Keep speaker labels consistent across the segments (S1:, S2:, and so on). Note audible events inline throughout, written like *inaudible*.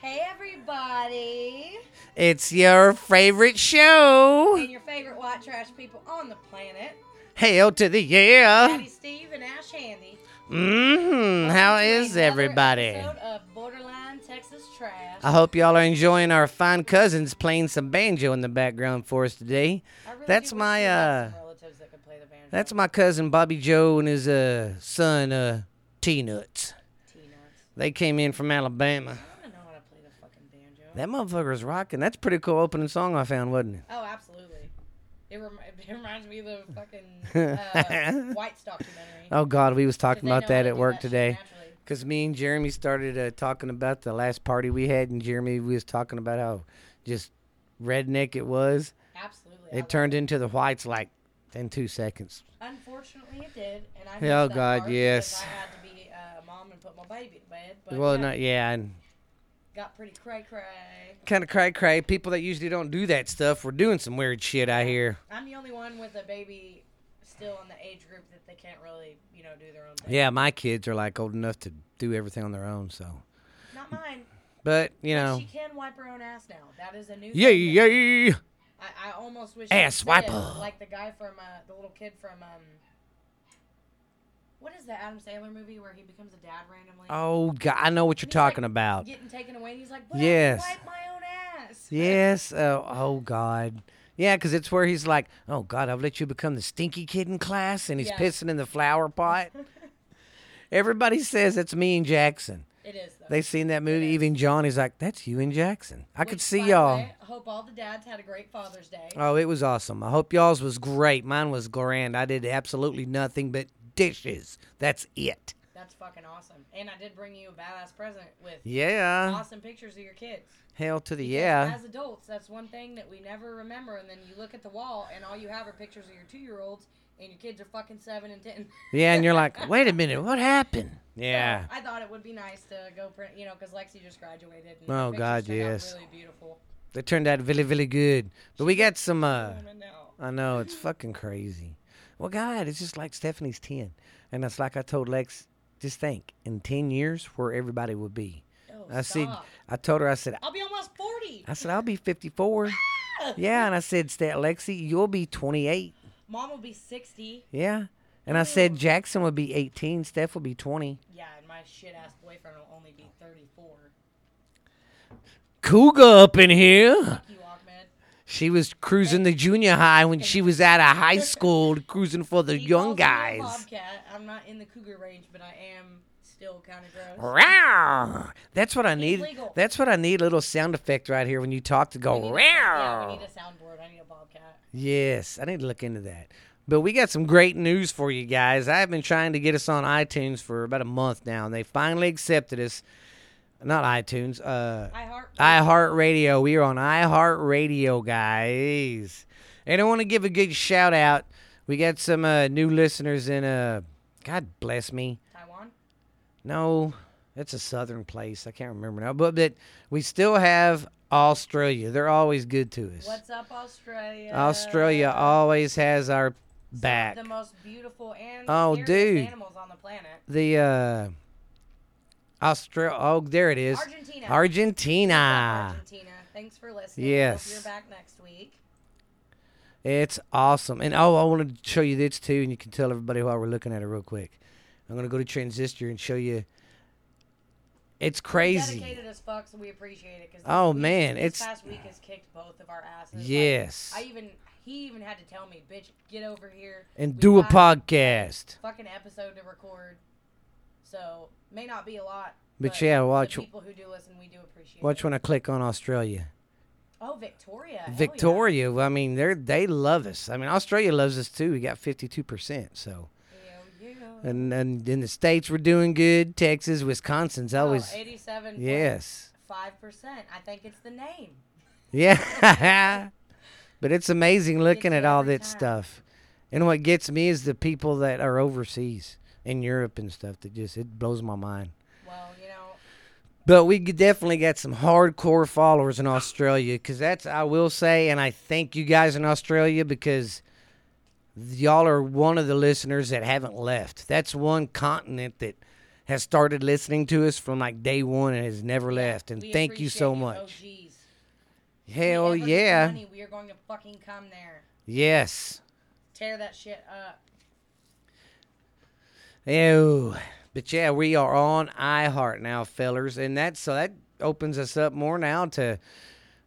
S1: Hey everybody,
S2: It's your favorite show.
S1: and your favorite white trash people on the planet,
S2: Hail to the year.
S1: Patty Steve and Ash Handy.
S2: hmm How
S1: Welcome to
S2: is
S1: another
S2: everybody? Uh,
S1: episode of Borderline Texas Trash.
S2: I hope y'all are enjoying our fine cousins playing some banjo in the background for us today.
S1: I really
S2: that's
S1: do wish
S2: my,
S1: we had
S2: uh,
S1: some relatives that could play the banjo.
S2: That's my cousin Bobby Joe and his uh, son uh, T Nuts.
S1: T-nuts.
S2: They came in from Alabama.
S1: I don't know how to play the fucking banjo.
S2: That motherfucker's rocking. That's a pretty cool opening song I found, wasn't it?
S1: oh, absolutely. It, rem- *laughs* it reminds me of the
S2: *laughs*
S1: fucking uh, White Stock documentary.
S2: Oh God, we was talking
S1: They know
S2: about
S1: how
S2: that
S1: to
S2: at
S1: do
S2: work
S1: that shit
S2: today.
S1: naturally.
S2: Because me and Jeremy started uh, talking about the last party we had, and Jeremy was talking about how just redneck it was.
S1: Absolutely. I
S2: It
S1: love
S2: turned into the whites like in two seconds.
S1: Unfortunately, it did, and I.
S2: Oh,
S1: missed that
S2: God,
S1: part because
S2: yes.
S1: I had to be uh, a mom and put my baby to bed, but
S2: Well,
S1: yeah,
S2: not yeah, and
S1: got pretty cray cray.
S2: kind of cray cray. People that usually don't do that stuff were doing some weird shit. I hear.
S1: I'm the only one with a baby still in the age group that they can't really, you know, do their own thing.
S2: Yeah, my kids are like old enough to do everything on their own. So,
S1: Not mine.
S2: but you know,
S1: She can wipe her own ass now. That is a new.
S2: yay,
S1: thing.
S2: yay.
S1: I, I almost wish. he
S2: Ass
S1: would say it,
S2: wiper.
S1: Like the guy from uh, the little kid from um. What is that Adam Sandler movie where he becomes a dad randomly?
S2: Oh God, I know what you're
S1: He's like
S2: talking about.
S1: Getting taken away, and he's like, "But
S2: Yes.
S1: I can wipe my own ass."
S2: Yes. Oh, oh God. Yeah, 'cause it's where he's like, "Oh God, I've let you become the stinky kid in class," and he's
S1: Yeah.
S2: pissing in
S1: *laughs*
S2: the flower pot. Everybody says it's me and Jackson.
S1: It is though.
S2: They seen that movie.
S1: is.
S2: Even Johnny's like, "That's you and Jackson." I could
S1: Which,
S2: see
S1: by the
S2: y'all.
S1: way, I hope all the dads had a great Father's Day.
S2: Oh, it was awesome. I hope y'all's was great. Mine was grand. I did absolutely nothing but dishes. That's it.
S1: That's fucking awesome. And I did bring you a badass present with
S2: Yeah.
S1: awesome pictures of your kids.
S2: Hell to the
S1: Because
S2: yeah.
S1: As adults, that's one thing that we never remember. And then you look at the wall, and all you have are pictures of your two-year-olds, and your kids are fucking seven and ten. *laughs*
S2: Yeah, and you're like, "Wait a minute, what happened?" Yeah.
S1: I thought it would be nice to go print, you know, because Lexi just graduated. And
S2: Oh,
S1: her pictures
S2: God,
S1: turned out
S2: yes.
S1: Really beautiful.
S2: They turned out really, really good. But we got some uh
S1: I don't know.
S2: I know it's fucking crazy. Well, God, it's just like Stephanie's ten, and it's like I told Lex, just think in ten years where everybody will be.
S1: Oh,
S2: I Uh, said,
S1: stop.
S2: I told her, I said,
S1: I'll be almost forty.
S2: I said I'll be fifty
S1: *laughs*
S2: four. yeah, and I said, Stat Lexi, you'll be twenty eight.
S1: Mom will be sixty.
S2: Yeah, and I said Jackson will be eighteen, Steph will be twenty.
S1: Yeah, and my shit ass boyfriend will only be 34.
S2: Cougar up in here.
S1: Fuck you, Ahmed.
S2: She was cruising the junior high when she was out of high school, cruising for the
S1: He calls
S2: young
S1: me a
S2: guys.
S1: Bobcat. I'm not in the cougar range, but I am still kind of gross.
S2: Rawr. That's what I need.
S1: legal.
S2: That's what I need. A little sound effect right here when you talk to
S1: We
S2: go
S1: need a- yeah, we
S2: row.
S1: need a soundboard. I need a bobcat.
S2: Yes, I need to look into that. But we got some great news for you guys. I've been trying to get us on iTunes for about a month now, and they finally accepted us. Not iTunes. Uh,
S1: I heart.
S2: iHeartRadio. We are on iHeartRadio, guys. And I want to give a good shout out. We got some uh, new listeners in. Uh, God bless me.
S1: Taiwan.
S2: No, it's a southern place. I can't remember now. But but we still have Australia. They're always good to us.
S1: What's up, Australia?
S2: Australia always has our
S1: Some of
S2: back.
S1: The most beautiful and
S2: Oh,
S1: scariest
S2: dude.
S1: animals on the planet.
S2: The uh Australia. Oh, there it is.
S1: Argentina.
S2: Argentina.
S1: Argentina. Thanks for listening.
S2: Yes.
S1: Hope you're back next week.
S2: It's awesome. And oh, I wanted to show you this too, and you can tell everybody while we're looking at it real quick. I'm gonna go to transistor and show you. It's crazy.
S1: Dedicated as fuck, so we appreciate it. 'cause this
S2: Oh,
S1: week-
S2: man,
S1: this
S2: it's-
S1: past week has kicked both of our asses. Like,
S2: Yes.
S1: I even he even had to tell me, bitch, get over here
S2: And
S1: We
S2: do a
S1: got
S2: podcast.
S1: Fucking episode to record, so may not be a lot.
S2: But yeah, watch-
S1: The people who do listen, we do appreciate.
S2: Watch
S1: it.
S2: when I click on Australia.
S1: Oh, Victoria. hell yeah.
S2: Victoria, well, I mean, they are they love us. I mean, Australia loves us too. We got 52%. So,
S1: Hell yeah.
S2: and and in the states we're doing good. Texas, Wisconsin's
S1: Oh,
S2: always
S1: eighty-seven.
S2: yes.
S1: Five percent. I think it's the name.
S2: Yeah. *laughs* but it's amazing looking
S1: you
S2: at all
S1: every
S2: that
S1: time.
S2: stuff. And what gets me is the people that are overseas in Europe and stuff that just it blows my mind.
S1: Well, you know,
S2: But we g- definitely got some hardcore followers in Australia because that's, I will say, and I thank you guys in Australia because y'all are one of the listeners that haven't left. That's one continent that has started listening to us from like day one and has never left. And
S1: We
S2: thank you so
S1: appreciate Oh,
S2: much.
S1: OGs.
S2: Hell
S1: Whenever there's
S2: yeah.
S1: money, we are going to fucking come there.
S2: Yes.
S1: Tear that shit up.
S2: Ew. But yeah, we are on iHeart now, fellers, and that so that opens us up more now to.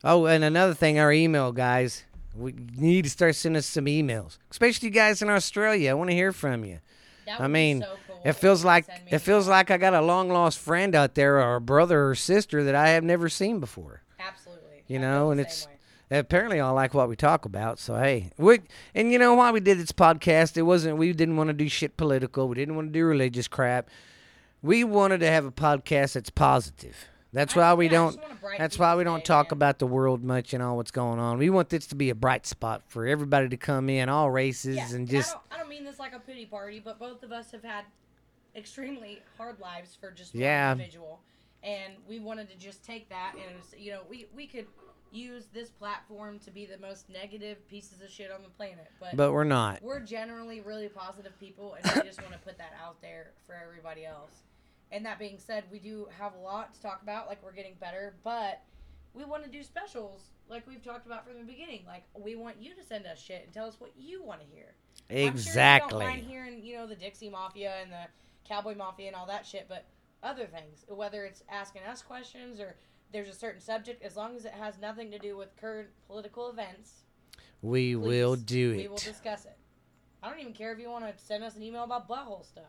S2: Oh, and another thing, our email guys, we need to start sending us some emails, especially you guys in Australia. I want to hear from you.
S1: That
S2: I
S1: would be
S2: mean,
S1: so cool
S2: it
S1: if
S2: feels
S1: you
S2: like
S1: send me
S2: it
S1: an
S2: feels
S1: email.
S2: like I got a long lost friend out there, or a brother or sister that I have never seen before.
S1: absolutely.
S2: You
S1: I feel
S2: know,
S1: the
S2: and
S1: same
S2: it's
S1: way.
S2: apparently I like what we talk about. So hey, we and you know why we did this podcast? It wasn't we didn't want to do shit political. We didn't want to do religious crap. We wanted to have a podcast that's positive. That's
S1: I-
S2: why we
S1: yeah, I
S2: don't.
S1: just wanna brighten
S2: That's why we
S1: people's
S2: don't
S1: day,
S2: talk
S1: man.
S2: about the world much and all what's going on. We want this to be a bright spot for everybody to come in, all races,
S1: Yeah,
S2: and
S1: I
S2: just
S1: don't- I don't, mean this like a pity party, but both of us have had extremely hard lives for just
S2: Yeah.
S1: one individual, and we wanted to just take that and it was, you know we we could use this platform to be the most negative pieces of shit on the planet, but.
S2: but we're not.
S1: we're generally really positive people, and we just want to put that out there for everybody else. And that being said, we do have a lot to talk about. Like we're getting better, but we want to do specials, like we've talked about from the beginning. Like we want you to send us shit and tell us what you want to hear. I'm sure you
S2: Exactly.
S1: don't mind hearing, you know, the Dixie Mafia and the Cowboy Mafia and all that shit, but other things, whether it's asking us questions or there's a certain subject, as long as it has nothing to do with current political events,
S2: we
S1: please,
S2: will do it.
S1: We will discuss it. I don't even care if you want to send us an email about butthole stuff.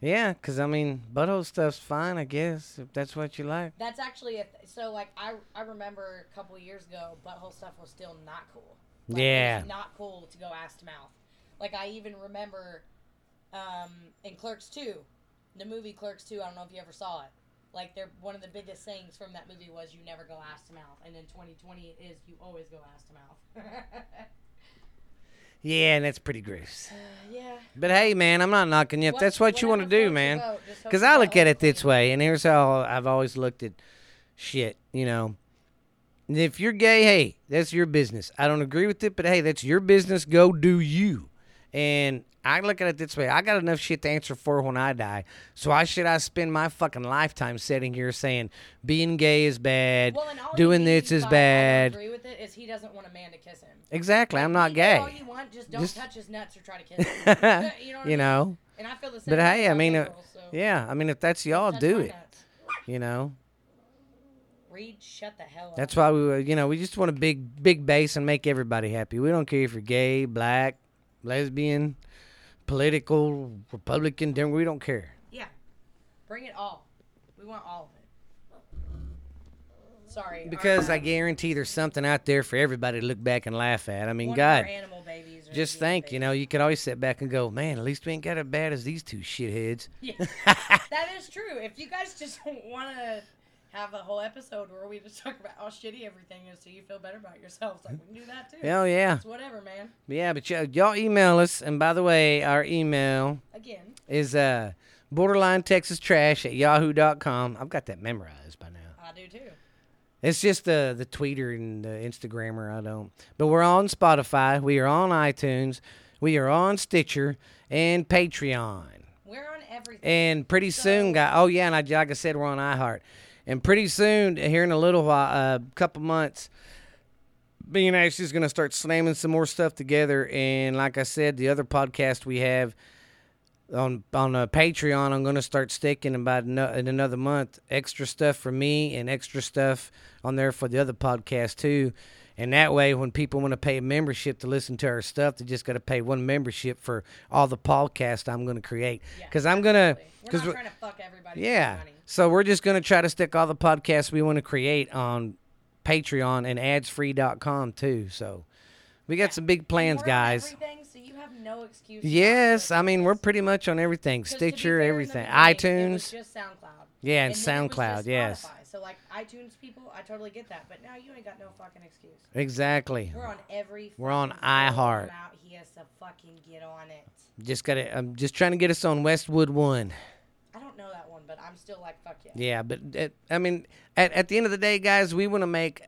S2: Yeah, 'cause I mean, butthole stuff's fine, I guess, if that's what you like.
S1: That's actually a th- so like I I remember a couple years ago, butthole stuff was still not cool. Like, it was
S2: Yeah.
S1: not cool to go ass to mouth. Like I even remember, um, in Clerks Two, the movie Clerks Two. I don't know if you ever saw it. Like they're one of the biggest things from that movie was you never go ass to mouth, and in 2020 it is you always go ass to mouth. *laughs*
S2: Yeah, and that's pretty gross.
S1: yeah.
S2: But hey, man, I'm not knocking you. If
S1: What-
S2: that's what you want to
S1: whatever
S2: do,
S1: floats your
S2: man.
S1: boat, just hope
S2: Because
S1: your
S2: I look
S1: butthole's
S2: at it this
S1: clean.
S2: way, and here's how I've always looked at shit, you know. And If you're gay, hey, that's your business. I don't agree with it, but hey, that's your business. Go do you. And I look at it this way I got enough shit to answer for when I die. So why should I spend my fucking lifetime sitting here saying being gay is bad,
S1: Well, and all
S2: doing
S1: you
S2: this
S1: need,
S2: is
S1: but I
S2: bad?
S1: don't agree with it is he doesn't want a man to kiss him.
S2: Exactly. I'm not
S1: You can do
S2: *laughs*
S1: All
S2: gay.
S1: you want, just don't
S2: Just-
S1: touch his nuts or try to kiss him. you know. What I
S2: you
S1: mean?
S2: know?
S1: And I
S2: *laughs*
S1: feel the same.
S2: But
S1: way
S2: hey, I
S1: about
S2: mean, uh,
S1: liberals, so
S2: yeah, I mean, if that's y'all,
S1: touch
S2: do
S1: my
S2: it,
S1: nuts.
S2: you know?
S1: Reed, shut the hell up.
S2: That's why we, were- you know, we just want a big, big base and make everybody happy. We don't care if you're gay, black, lesbian, political, Republican, Dem- we don't care.
S1: yeah. Bring it all. We want all of it. Sorry. our-
S2: Because I guarantee there's something out there for everybody to look back and laugh at. I mean,
S1: one of our
S2: God,
S1: animal babies. or
S2: just
S1: zebra
S2: think, you know, you could always sit back and go, man, at least we ain't got as bad as these two shitheads.
S1: babies. *laughs*
S2: *laughs*
S1: Yeah. that is true. If you guys just *laughs* want to have a whole episode where we just talk about how shitty everything is, so you feel better about yourselves, like we can do that too.
S2: Hell yeah.
S1: It's whatever, man.
S2: Yeah, but y'all- y'all email us. And by the way, our email
S1: Again,
S2: is uh, borderline Texas trash at yahoo.com. I've got that memorized by now.
S1: I do too.
S2: It's just the the tweeter and the Instagrammer. I don't. But we're on Spotify. We are on iTunes. We are on Stitcher and Patreon.
S1: We're on everything.
S2: And pretty soon, guy. Oh yeah, and I, like I said, we're on iHeart. And pretty soon, here in a little while, a couple months, me and Ashley's gonna start slamming some more stuff together. And like I said, the other podcast we have on on uh, Patreon, I'm gonna start sticking about no, in another month extra stuff for me and extra stuff on there for the other podcast too. And that way, when people want to pay a membership to listen to our stuff, they just got to pay one membership for all the podcasts I'm going to create.
S1: Yeah,
S2: Because I'm gonna,
S1: We're
S2: because
S1: not trying to fuck everybody.
S2: yeah.
S1: Money.
S2: So we're just going to try to stick all the podcasts we want to create on Patreon and adsfree.com too. So we got some big plans,
S1: We're on *laughs*
S2: guys.
S1: everything, so you have no excuse. not to
S2: Yes,
S1: listen
S2: I
S1: to
S2: mean we're
S1: this.
S2: pretty much on everything:
S1: 'Cause to be fair,
S2: Stitcher,
S1: in the
S2: everything,
S1: beginning, It was
S2: iTunes.
S1: just SoundCloud.
S2: Yeah,
S1: then it
S2: and
S1: was
S2: SoundCloud,
S1: just
S2: yes.
S1: Spotify. So like iTunes people, I totally get that, but now you ain't got no fucking excuse.
S2: Exactly.
S1: We're on every.
S2: We're on
S1: fucking single
S2: iHeart.
S1: one Out. He has to fucking get on it.
S2: Just got to. I'm just trying to get us on Westwood One.
S1: I don't know that one, but I'm still like fuck yeah.
S2: Yeah, but it, I mean, at, at the end of the day, guys, we want to make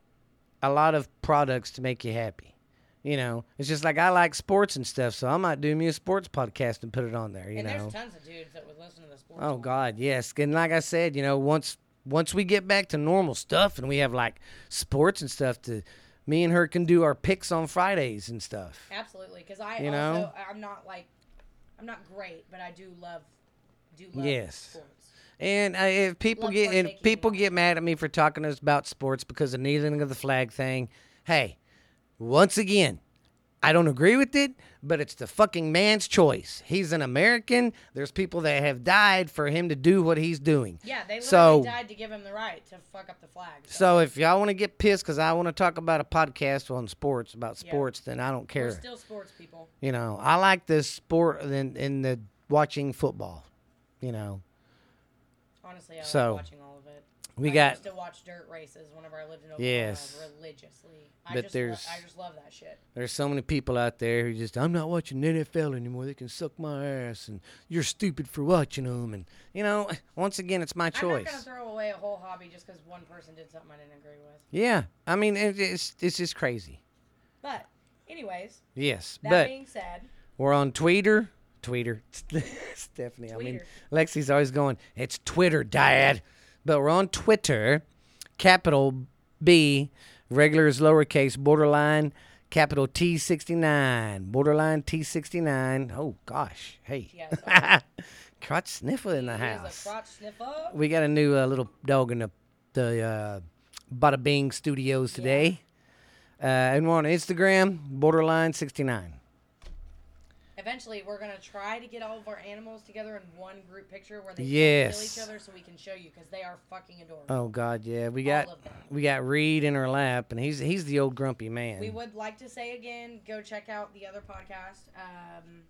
S2: a lot of products to make you happy. You know, it's just like I like sports and stuff, so I might do me a sports podcast and put it on there. You
S1: and
S2: know,
S1: there's tons of dudes that would listen to the sports.
S2: Oh
S1: one.
S2: God, yes. And like I said, you know, once once we get back to normal stuff and we have like sports and stuff to me and her can do our picks on Fridays and stuff.
S1: Absolutely, because I
S2: You
S1: also
S2: know?
S1: I'm not like I'm not great, but I do love do love
S2: Yes.
S1: sports.
S2: And uh, if people
S1: Love
S2: get
S1: sports
S2: and
S1: making,
S2: people
S1: yeah.
S2: get mad at me for talking about sports because of kneeling of the flag thing, hey, once again, I don't agree with it, but it's the fucking man's choice. He's an American. There's people that have died for him to do what he's doing.
S1: Yeah, they literally
S2: So-
S1: died to give him the right to fuck up the flag. So,
S2: So if y'all want to get pissed because I want to talk about a podcast on sports about
S1: Yeah.
S2: sports, then I don't care.
S1: we're still sports people.
S2: you know, I like this sport than in the watching football. You know,
S1: Honestly, I
S2: So,
S1: like watching all of it.
S2: we
S1: I
S2: got
S1: used to watch dirt races whenever I lived in Oklahoma
S2: Yes.
S1: religiously. I
S2: But
S1: just
S2: there's-
S1: lo- I just love that shit.
S2: there's so many people out there who just I'm not watching NFL anymore. They can suck my ass, and you're stupid for watching them. And you know, once again, it's my
S1: I'm not gonna
S2: choice.
S1: throw away a whole hobby just because one person did something I didn't agree with.
S2: Yeah, I mean, it, it's it's just crazy.
S1: But anyways,
S2: Yes,
S1: that
S2: but
S1: being said,
S2: we're on Twitter. Twitter, *laughs* Stephanie. I mean, Lexi's always going. It's Twitter, Dad. But we're on Twitter, capital B, regular is lowercase, borderline, capital T sixty nine, borderline T sixty nine. Oh gosh, hey, *laughs*
S1: Yeah,
S2: crotch sniffer in the
S1: he is
S2: house.
S1: a crotch sniffer.
S2: We got a new uh, little dog in the the uh, Bada Bing Studios today, uh, and we're on Instagram, borderline sixty nine.
S1: Eventually, we're gonna try to get all of our animals together in one group picture where they kill
S2: Yes.
S1: each other, so we can show you because they are fucking adorable.
S2: Oh God, yeah, we
S1: All
S2: got
S1: of them.
S2: we got Reed in her lap, and he's he's the old grumpy man.
S1: We would like to say again, go check out the other podcast. Um,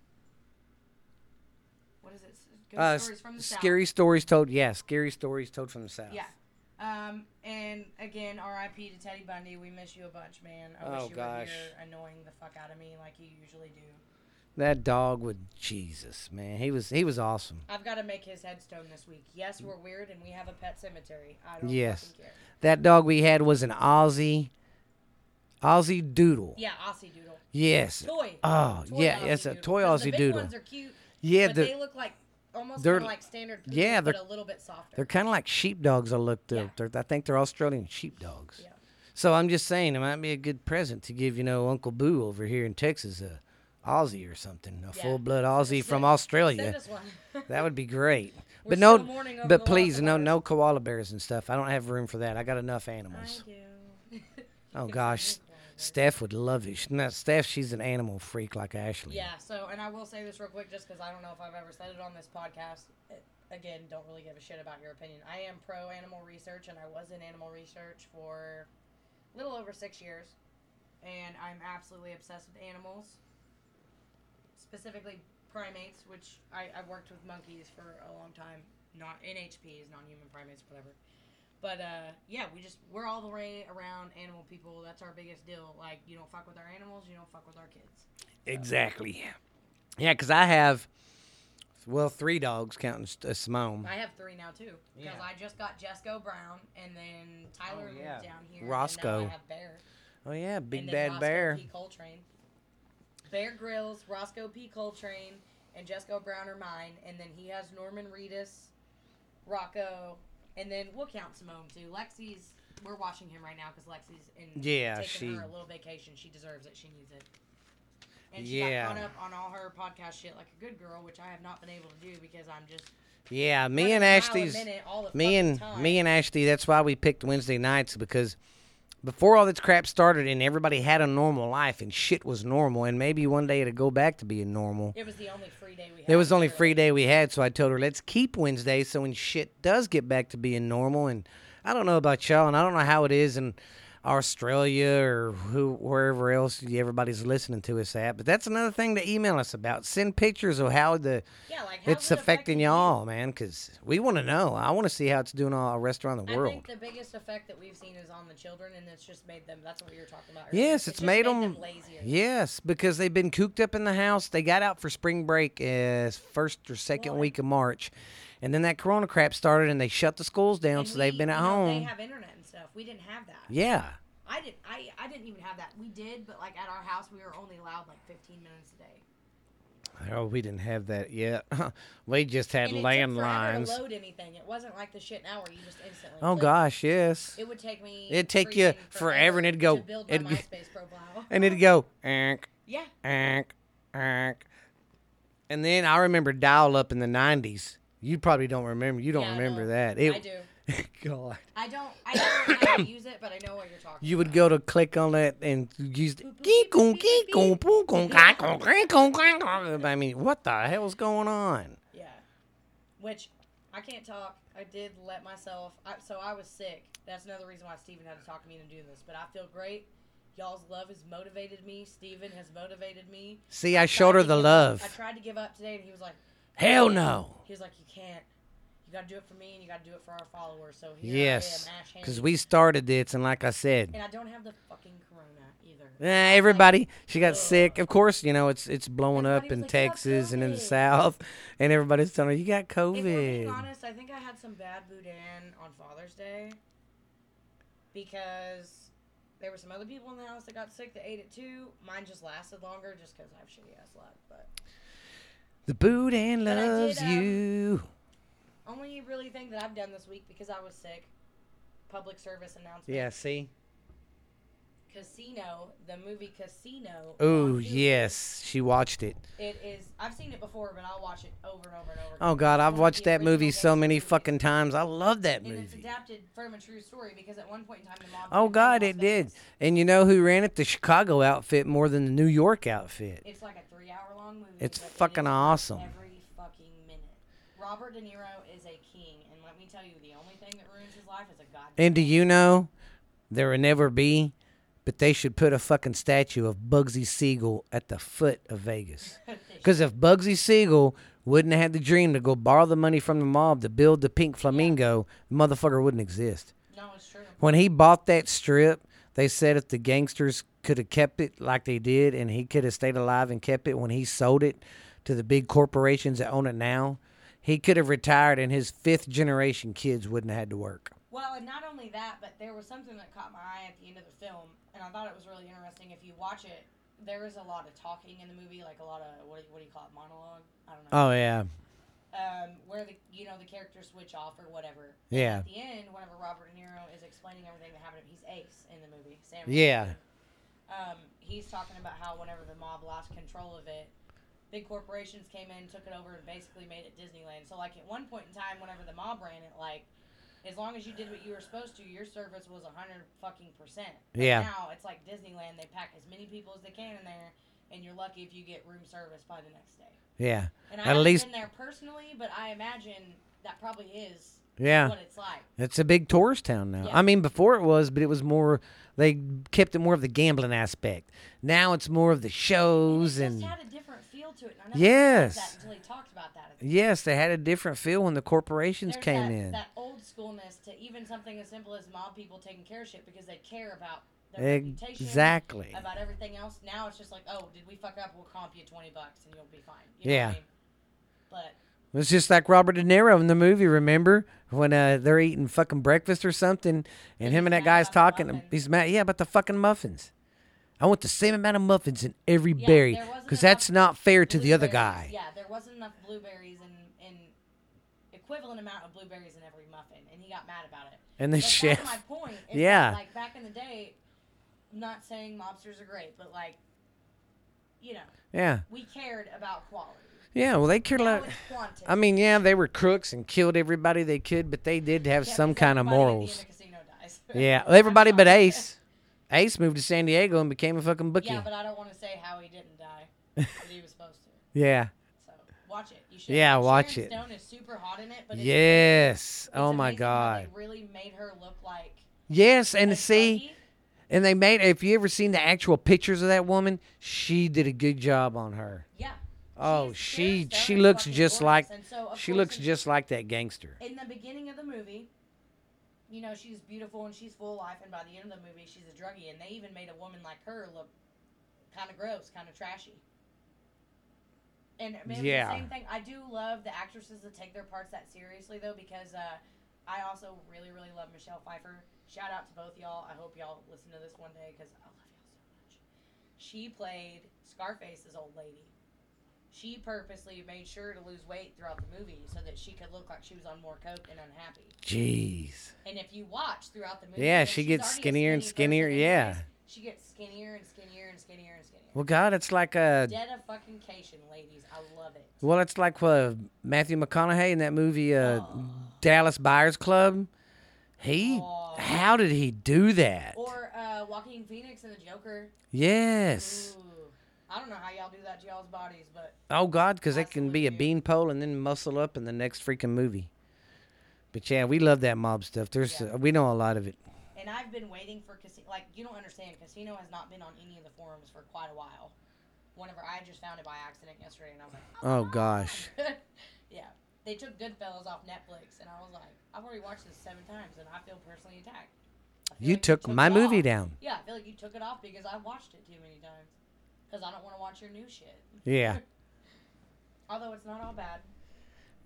S1: what is it? S- Ghost
S2: uh,
S1: stories from the South.
S2: scary stories told. Yeah, scary stories told from the south.
S1: Yeah. Um, and again, R.I.P. to Teddy Bundy. We miss you a bunch, man. I wish
S2: Oh,
S1: you
S2: gosh.
S1: were here annoying the fuck out of me like you usually do.
S2: that dog would Jesus, man, he was he was awesome.
S1: I've got to make his headstone this week. Yes, we're weird and we have a pet cemetery. I don't
S2: Yes.
S1: fucking care.
S2: That dog we had was an Aussie, Aussie Doodle.
S1: Yeah, Aussie Doodle.
S2: Yes.
S1: Toy.
S2: Oh,
S1: Toy
S2: yeah,
S1: Aussie
S2: it's a
S1: Doodle.
S2: toy
S1: 'Cause
S2: Aussie
S1: the big
S2: Doodle.
S1: ones are cute.
S2: Yeah,
S1: but
S2: they're
S1: they look like almost
S2: they're-
S1: kinda like standard. Poodles,
S2: yeah,
S1: but
S2: they're-
S1: a little bit softer.
S2: they're kind of like sheepdogs. I looked
S1: Yeah.
S2: up. They're, I think they're Australian sheepdogs.
S1: Yeah.
S2: So I'm just saying, it might be a good present to give, you know, Uncle Boo over here in Texas a Aussie or something, a
S1: Yeah.
S2: full blood Aussie
S1: Send-
S2: from
S1: Send
S2: Australia.
S1: us
S2: *laughs*
S1: one.
S2: That would be great. but
S1: still
S2: no,
S1: mourning over the loss
S2: but please,
S1: of
S2: no,
S1: ours.
S2: no koala bears and stuff. I don't have room for that. I got enough
S1: I
S2: animals.
S1: do. *laughs*
S2: Oh gosh, Steph would love it. She- Now Steph, she's an animal freak like Ashley.
S1: Yeah, so, and I will say this real quick just because I don't know if I've ever said it on this podcast. Uh, Again, don't really give a shit about your opinion. I am pro animal research, and I was in animal research for a little over six years, and I'm absolutely obsessed with animals, specifically primates, which I, I've worked with monkeys for a long time, not NHPs, non human primates, whatever. But uh, yeah, we just we're all the way around animal people. That's our biggest deal. Like you don't fuck with our animals, you don't fuck with our kids.
S2: exactly. Yeah, because I have, well, three dogs counting S- uh, Simone.
S1: I have three now too because
S2: Yeah.
S1: I just got Jesco Brown and then Tyler
S2: Oh,
S1: moved
S2: yeah.
S1: down here.
S2: Roscoe.
S1: And now I have Bear.
S2: Oh yeah,
S1: and
S2: big
S1: then
S2: bad
S1: Roscoe
S2: bear.
S1: P. Coltrane. Bear Grylls, Roscoe P. Coltrane, and Jesco Brown are mine. And then he has Norman Reedus, Rocco, and then we'll count Simone too. Lexi's. We're watching him right now because Lexi's in
S2: Yeah,
S1: taking
S2: she-
S1: her a little vacation. She deserves it. She needs it. And she
S2: Yeah.
S1: got caught up on all her podcast shit like a good girl, which I have not been able to do because I'm just
S2: Yeah, me
S1: running
S2: and
S1: a mile a
S2: Ashley's.
S1: minute all the
S2: me
S1: fucking
S2: and
S1: time.
S2: me and Ashley. That's why we picked Wednesday nights because before all this crap started and everybody had a normal life and shit was normal and maybe one day it'll go back to being normal.
S1: It was the only free day we had.
S2: There was only
S1: literally.
S2: free day we had, so I told her let's keep Wednesday so when shit does get back to being normal. And I don't know about y'all, and I don't know how it is in Australia or who, wherever else everybody's listening to us at, but that's another thing to email us about. Send pictures of how the
S1: Yeah, like how's
S2: it's
S1: it
S2: affecting
S1: you?
S2: y'all, man, because we want to know. I want to see how it's doing all rest around the
S1: I
S2: world.
S1: think the biggest effect that we've seen is on the children, and it's just made them. That's what we were talking about. earlier.
S2: Yes, it's,
S1: just
S2: made, them,
S1: lazier.
S2: Yes, because they've been cooped up in the house. They got out for spring break as first or second
S1: Well,
S2: week of March, and then that Corona crap started, and they shut the schools down,
S1: And
S2: so they've
S1: we-
S2: been at
S1: you know,
S2: home.
S1: They have internet and stuff. We didn't have that.
S2: yeah,
S1: I didn't. I, I didn't even have that. We did, but like at our house, we were only allowed like 15 minutes a day.
S2: Oh, we didn't have that yet. *laughs* we just had
S1: And it took forever
S2: landlines.
S1: to load anything. It wasn't like the shit now where you just instantly.
S2: Oh
S1: click.
S2: gosh, yes.
S1: It would take me.
S2: It'd take you
S1: freaking
S2: forever and it'd go-
S1: To build my
S2: it'd go-
S1: MySpace profile.
S2: And it'd go, "Ank,
S1: yeah.
S2: ank, ank." And then I remember dial up in the 90s. You probably don't remember. You don't
S1: yeah, I
S2: remember that. It,
S1: I do.
S2: *laughs* God.
S1: I don't. I don't, I don't *coughs* use it, but I know what you're talking.
S2: You would
S1: about.
S2: go to click on that and use the geek on geek on pook on cock on crank on crank on. I mean, what the hell's going on?
S1: Yeah. Which I can't talk. I did let myself. I, so I was sick. That's another reason why Steven had to talk me into doing this. But I feel great. Y'all's love has motivated me. Steven has motivated me.
S2: See, I showed her
S1: tried to
S2: the
S1: give up- I
S2: love. Oh.
S1: tried to give up today, and he was like,
S2: Hell no.
S1: he was like, you can't. You got to do it for me, and you got to do it for our followers. So here
S2: Yes,
S1: I am, Ash
S2: because
S1: Handy.
S2: we started this, and like I said,
S1: And I don't have the fucking corona either.
S2: eh, everybody she got sick. Of course, you know it's it's blowing up
S1: Everybody
S2: in
S1: was like, "You got
S2: Texas and in the
S1: COVID."
S2: South, and everybody's telling her you got
S1: If we're being
S2: COVID.
S1: honest, I think I had some bad boudin on Father's Day because there were some other people in the house that got sick that ate it too. Mine just lasted longer just because I have shitty ass luck. But
S2: The Boudin
S1: I did,
S2: loves
S1: um,
S2: you.
S1: only really thing that I've done this week because I was sick. Public service announcement.
S2: Yeah, see.
S1: Casino, the movie Casino.
S2: Oh
S1: on Hulu.
S2: yes, she watched it.
S1: It is. I've seen it before, but I'll watch it over and over and over.
S2: Oh
S1: again.
S2: God,
S1: It's one
S2: I've
S1: of
S2: watched
S1: the
S2: that
S1: original
S2: movie so
S1: gangster
S2: many
S1: movies.
S2: fucking times. I love that
S1: And it's
S2: movie.
S1: adapted from a true story because at one point in time the mom.
S2: Oh
S1: lived in
S2: God,
S1: Las
S2: it did.
S1: Vegas.
S2: And you know who ran it? The Chicago outfit more than the New York outfit.
S1: It's like a three-hour-long movie.
S2: It's
S1: but it is
S2: fucking awesome.
S1: Every fucking minute. Robert De Niro is a king, and let me tell you, the only thing that ruins his life is a goddamn.
S2: And do you know there will never be, but they should put a fucking statue of Bugsy Siegel at the foot of Vegas. Because if Bugsy Siegel wouldn't have had the dream to go borrow the money from the mob to build the Pink Flamingo, the motherfucker wouldn't exist.
S1: no, it's true.
S2: When he bought that strip, they said if the gangsters could have kept it like they did and he could have stayed alive and kept it when he sold it to the big corporations that own it now, he could have retired and his fifth generation kids wouldn't have had to work.
S1: Well, and not only that, but there was something that caught my eye at the end of the film, and I thought it was really interesting. If you watch it, there is a lot of talking in the movie, like a lot of what do you, what do you call it, monologue? I don't know.
S2: Oh, yeah.
S1: um, where the you know the characters switch off or whatever.
S2: Yeah.
S1: At the end, whenever Robert De Niro is explaining everything that happened, he's Ace in the movie. Sam.
S2: Yeah.
S1: Um, he's talking about how whenever the mob lost control of it, big corporations came in, took it over, and basically made it Disneyland. So like at one point in time, whenever the mob ran it, like as long as you did what you were supposed to, your service was a hundred fucking percent. But
S2: Yeah.
S1: Now it's like Disneyland; they pack as many people as they can in there, and you're lucky if you get room service by the next day.
S2: Yeah.
S1: And I
S2: At
S1: haven't
S2: least-
S1: been there personally, but I imagine that probably is
S2: Yeah.
S1: what it's like.
S2: It's a big tourist town now.
S1: Yeah.
S2: I mean, before it was, but it was more. They kept it more of the gambling aspect. Now it's more of the shows
S1: it
S2: and
S1: just had a different feel to it. And I never realized
S2: Yes.
S1: that until he talked about that.
S2: yes, they had a different feel when the corporations
S1: There's
S2: came
S1: that,
S2: in.
S1: that old schoolness to even something as simple as mob people taking care of shit because they care about their reputation,
S2: exactly.
S1: about everything else. Now it's just like, oh, did we fuck up? We'll comp you twenty bucks and you'll be fine. You know
S2: Yeah.
S1: what I mean? But
S2: It's just like Robert De Niro in the movie. Remember when uh, they're eating fucking breakfast or something, and him
S1: he's
S2: and
S1: mad
S2: that guy's
S1: about the
S2: talking. and
S1: muffins.
S2: He's mad, yeah, about the fucking muffins. I want the same amount of muffins in every
S1: Yeah,
S2: berry
S1: there wasn't
S2: because that's not fair to the other
S1: blueberries-
S2: guy.
S1: Yeah, there wasn't enough blueberries and in equivalent amount of blueberries in every muffin, and he got mad about it.
S2: And the
S1: But
S2: chef,
S1: That's my point. is that,
S2: Yeah.
S1: like back in the day, not saying mobsters are great, but like, you know,
S2: yeah,
S1: we cared about quality.
S2: yeah. Well, they care
S1: Now
S2: like.
S1: it's quantity.
S2: I mean, yeah, they were crooks and killed everybody they could, but they did have
S1: Yeah,
S2: some
S1: 'cause
S2: kind of
S1: everybody at the end
S2: morals.
S1: of Casino dies.
S2: *laughs* yeah,
S1: *laughs*
S2: everybody but
S1: I'm sorry.
S2: Ace. Ace moved to San Diego and became a fucking bookie.
S1: Yeah,
S2: Yeah,
S1: but I don't want to say how he didn't
S2: *laughs*
S1: die, but he was supposed to.
S2: yeah.
S1: So watch it. You should.
S2: Yeah,
S1: Sharon
S2: watch it.
S1: Stone is super hot in it, but it's
S2: yes.
S1: It's
S2: Oh my
S1: amazing how they
S2: God.
S1: really made her look like.
S2: Yes,
S1: a
S2: and see,
S1: druggie.
S2: and they made. If you ever seen the actual pictures of that woman, she did a good job on her.
S1: Yeah.
S2: Oh,
S1: She's Sharon
S2: she
S1: Stone
S2: she
S1: is
S2: looks
S1: fucking
S2: just
S1: gorgeous.
S2: like
S1: And so, of
S2: she
S1: course,
S2: looks
S1: in-
S2: just like that gangster.
S1: In the beginning of the movie, you know she's beautiful and she's full of life, and by the end of the movie, she's a druggie, and they even made a woman like her look kind of gross, kind of trashy. And I mean, it was
S2: Yeah.
S1: the same thing. I do love the actresses that take their parts that seriously, though, because uh, I also really, really love Michelle Pfeiffer. Shout out to both y'all. I hope y'all listen to this one day because I love y'all so much. She played Scarface's old lady. She purposely made sure to lose weight throughout the movie so that she could look like she was on more coke and unhappy.
S2: Jeez.
S1: And if you watch throughout the movie,
S2: Yeah,
S1: and
S2: she
S1: she's
S2: gets
S1: already a
S2: skinnier and
S1: skinny person
S2: skinnier, yeah.
S1: anyways, she gets skinnier and skinnier and skinnier and skinnier.
S2: Well, God, it's like a
S1: Dead of fucking cation, ladies. I love it.
S2: well, it's like uh, Matthew McConaughey in that movie uh, Dallas Buyers Club. He,
S1: Oh.
S2: how did he do that?
S1: Or uh, Joaquin Phoenix and the Joker.
S2: yes.
S1: Ooh. I don't know how y'all do that to y'all's bodies, but
S2: Oh God, because it can be a
S1: Absolutely.
S2: beanpole and then muscle up in the next freaking movie. But yeah, we love that mob stuff. There's
S1: Yeah.
S2: uh, we know a lot of it.
S1: and I've been waiting for Casino. Like you don't understand, Casino has not been on any of the forums for quite a while. Whenever I just found it by accident yesterday, and I was like,
S2: Oh gosh.
S1: *laughs* yeah, they took Goodfellas off Netflix, and I was like, I've already watched this seven times, and I feel personally attacked. I feel
S2: You
S1: like
S2: took my
S1: it
S2: movie
S1: off.
S2: down.
S1: Yeah, I feel like you took it off because I watched it too many times. Because I don't want to watch your new shit.
S2: Yeah.
S1: Although it's not all bad.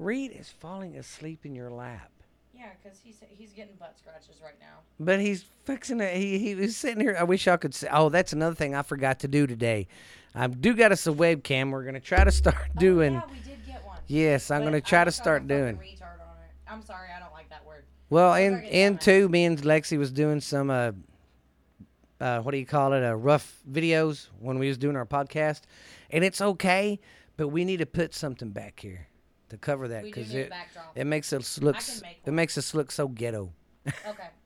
S2: Reed is falling asleep in your lap.
S1: Yeah, because he's he's getting butt scratches right now.
S2: But he's fixing it. He, he was sitting here. I wish I could see. Oh, that's another thing I forgot to do today. I do got us a webcam. We're going to try to start *laughs*
S1: Oh,
S2: doing.
S1: yeah, we did get one.
S2: Yes,
S1: But
S2: I'm
S1: uh,
S2: going
S1: I
S2: to try to
S1: looked like a
S2: start
S1: fucking
S2: doing.
S1: retard on it. I'm sorry, I don't like that word.
S2: Well,
S1: We're
S2: and
S1: gonna get
S2: and
S1: that.
S2: two, me and Lexi was doing some uh, uh, what do you call it? Uh, rough videos when we was doing our podcast, and it's okay, but we need to put something back here to cover that
S1: We do
S2: because
S1: need a
S2: it
S1: backdrop.
S2: it makes us look
S1: I
S2: s-
S1: can make
S2: it
S1: one.
S2: makes us look so ghetto.
S1: Okay,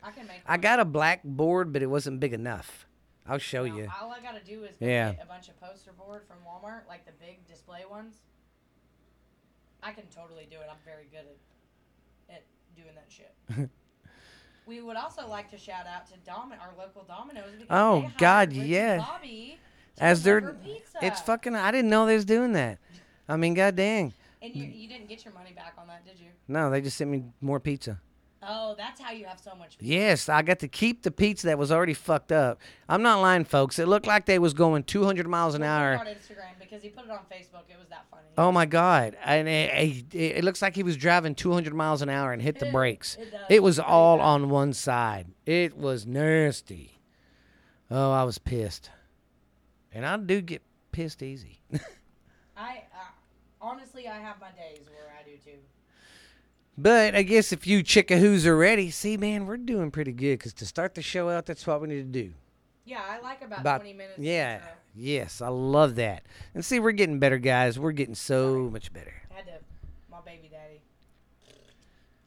S1: I can make.
S2: I
S1: one.
S2: got a blackboard, but it wasn't big enough. I'll show
S1: Now,
S2: you.
S1: All I gotta do is go
S2: Yeah.
S1: get a bunch of poster board from Walmart, like the big display ones. I can totally do it. I'm very good at at doing that
S2: *laughs*
S1: shit. we would also like to shout out to Domin, our local Domino's. Because
S2: Oh,
S1: they hired
S2: God,
S1: Ricky
S2: yeah.
S1: Bobby to
S2: As
S1: deliver
S2: they're,
S1: pizza.
S2: it's fucking. I didn't know they was doing that. I mean, god dang.
S1: And
S2: Hmm.
S1: you, you didn't get your money back on that, did you?
S2: No, they just sent me more pizza.
S1: Oh, that's how you have so much.
S2: Yes, I got to keep the pizza that was already fucked up. I'm not lying, folks. It looked like they was going 200 miles an
S1: We'll put it
S2: hour.
S1: on Instagram because he put it on Facebook. It was that funny.
S2: Oh my god! And it, it, it looks like he was driving 200 miles an hour and hit the
S1: It-
S2: brakes.
S1: it does.
S2: It was all on one side. It was nasty. Oh, I was pissed, and I do get pissed easy.
S1: I uh, honestly, I have my days where I do too.
S2: But I guess if you chickahoos are ready, see, man, we're doing pretty good because to start the show out, that's what we need to do.
S1: Yeah, I like about,
S2: About-
S1: 20 minutes.
S2: Yeah.
S1: or
S2: Yes, I love that. And see, we're getting better, guys. We're getting so much better.
S1: so. Had to, my baby daddy.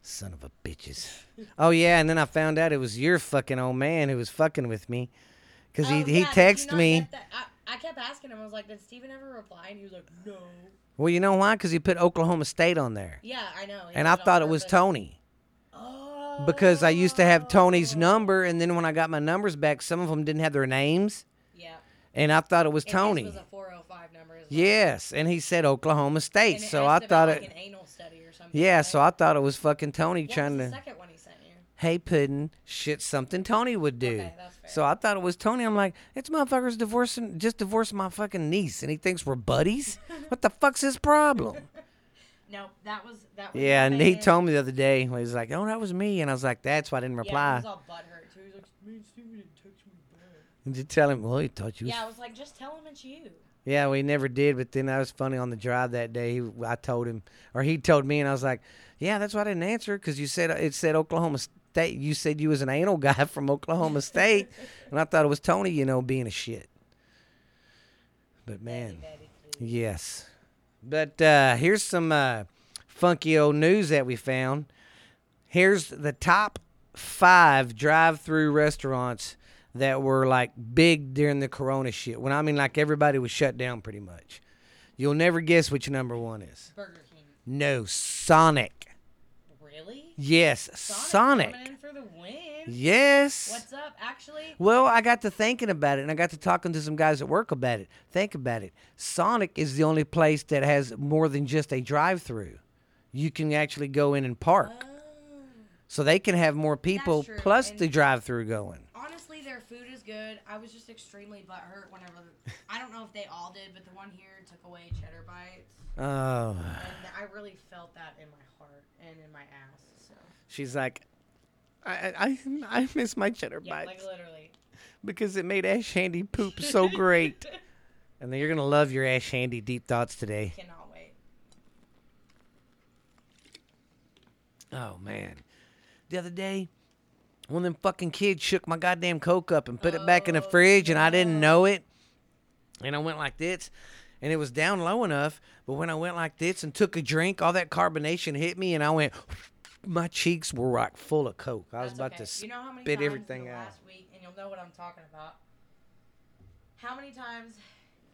S2: Son of a bitches. Oh yeah, and then I found out it was your fucking old man who was fucking with me, cause he
S1: Oh,
S2: he
S1: yeah, did you
S2: texted
S1: not
S2: me.
S1: get that? I, I kept asking him. I was like, "Did Steven ever reply?" And he was like, "No."
S2: Well, you know why? Cause he put Oklahoma State on there,
S1: Yeah, I know. he
S2: and
S1: did
S2: I
S1: on
S2: thought it was
S1: purpose.
S2: Tony
S1: Oh.
S2: because I used to have Tony's number, and then when I got my numbers back, some of them didn't have their names,
S1: Oh. Yeah.
S2: and I thought it was
S1: And
S2: Tony.
S1: This was a 405 number. As well.
S2: Yes, and he said Oklahoma State,
S1: And it
S2: so I
S1: asked
S2: thought
S1: about,
S2: it.
S1: Like an anal study or something.
S2: Yeah,
S1: right?
S2: so I thought it was fucking Tony
S1: What
S2: trying
S1: was
S2: to.
S1: the second one he sent you?
S2: hey puddin shit something tony would do
S1: Okay, that's fair.
S2: so i thought it was tony i'm like it's motherfuckers divorcing just divorced my fucking niece and he thinks
S1: *laughs*
S2: we're buddies what the fuck's his problem
S1: No, that was that. Was
S2: yeah
S1: my
S2: and he
S1: man.
S2: told me the other day he was like oh that was me and i was like that's why i didn't
S1: Yeah, he
S2: reply
S1: was all butthurt too. He was like, "Me and Steven didn't text me back."
S2: and you tell him well he thought you was
S1: Yeah, I was like, "Just tell him it's you."
S2: Yeah, we never did. But then that was funny on the drive that day. He, I told him, or he told me, and I was like, "Yeah, that's why I didn't answer because you said uh, it said Oklahoma State. You said you was an anal guy *laughs* from Oklahoma State, and I thought it was Tony, you know, being a shit." But man,
S1: Daddy, daddy.
S2: yes. But uh, here's some uh, funky old news that we found. Here's the top five drive-through restaurants that were like big during the Corona shit. When I mean like everybody was shut down pretty much. You'll never guess which number one is.
S1: Burger King.
S2: No, Sonic.
S1: Really?
S2: Yes, Sonic.
S1: Coming in for the win.
S2: Yes.
S1: What's up? Actually,
S2: Well, I got to thinking about it, and I got to talking to some guys at work about it. Think about it. Sonic is the only place that has more than just a drive-through. You can actually go in and park,
S1: um,
S2: so they can have more people
S1: true,
S2: plus
S1: and-
S2: the drive-through going.
S1: honestly, their food is good. I was just extremely butthurt whenever. I don't know if they all did, but the one here took away cheddar bites,
S2: Oh,
S1: and I really felt that in my heart and in my ass. So
S2: she's like, I I, I miss my cheddar
S1: Yeah,
S2: bites
S1: like literally.
S2: because it made Ash Handy
S1: *laughs*
S2: poop so great. and then you're gonna love your Ash Handy deep thoughts today.
S1: Cannot wait.
S2: Oh man, the other day, one of them fucking kids shook my goddamn coke up and put it back in the
S1: Oh,
S2: fridge, and I didn't
S1: no.
S2: know it. And I went like this, and it was down low enough. But when I went like this and took a drink, all that carbonation hit me, and I went. *sniffs* My cheeks were like full of coke. I was
S1: That's
S2: about
S1: okay.
S2: to
S1: You know how many
S2: spit
S1: times in
S2: everything
S1: the
S2: out.
S1: Last week, and you'll know what I'm talking about. How many times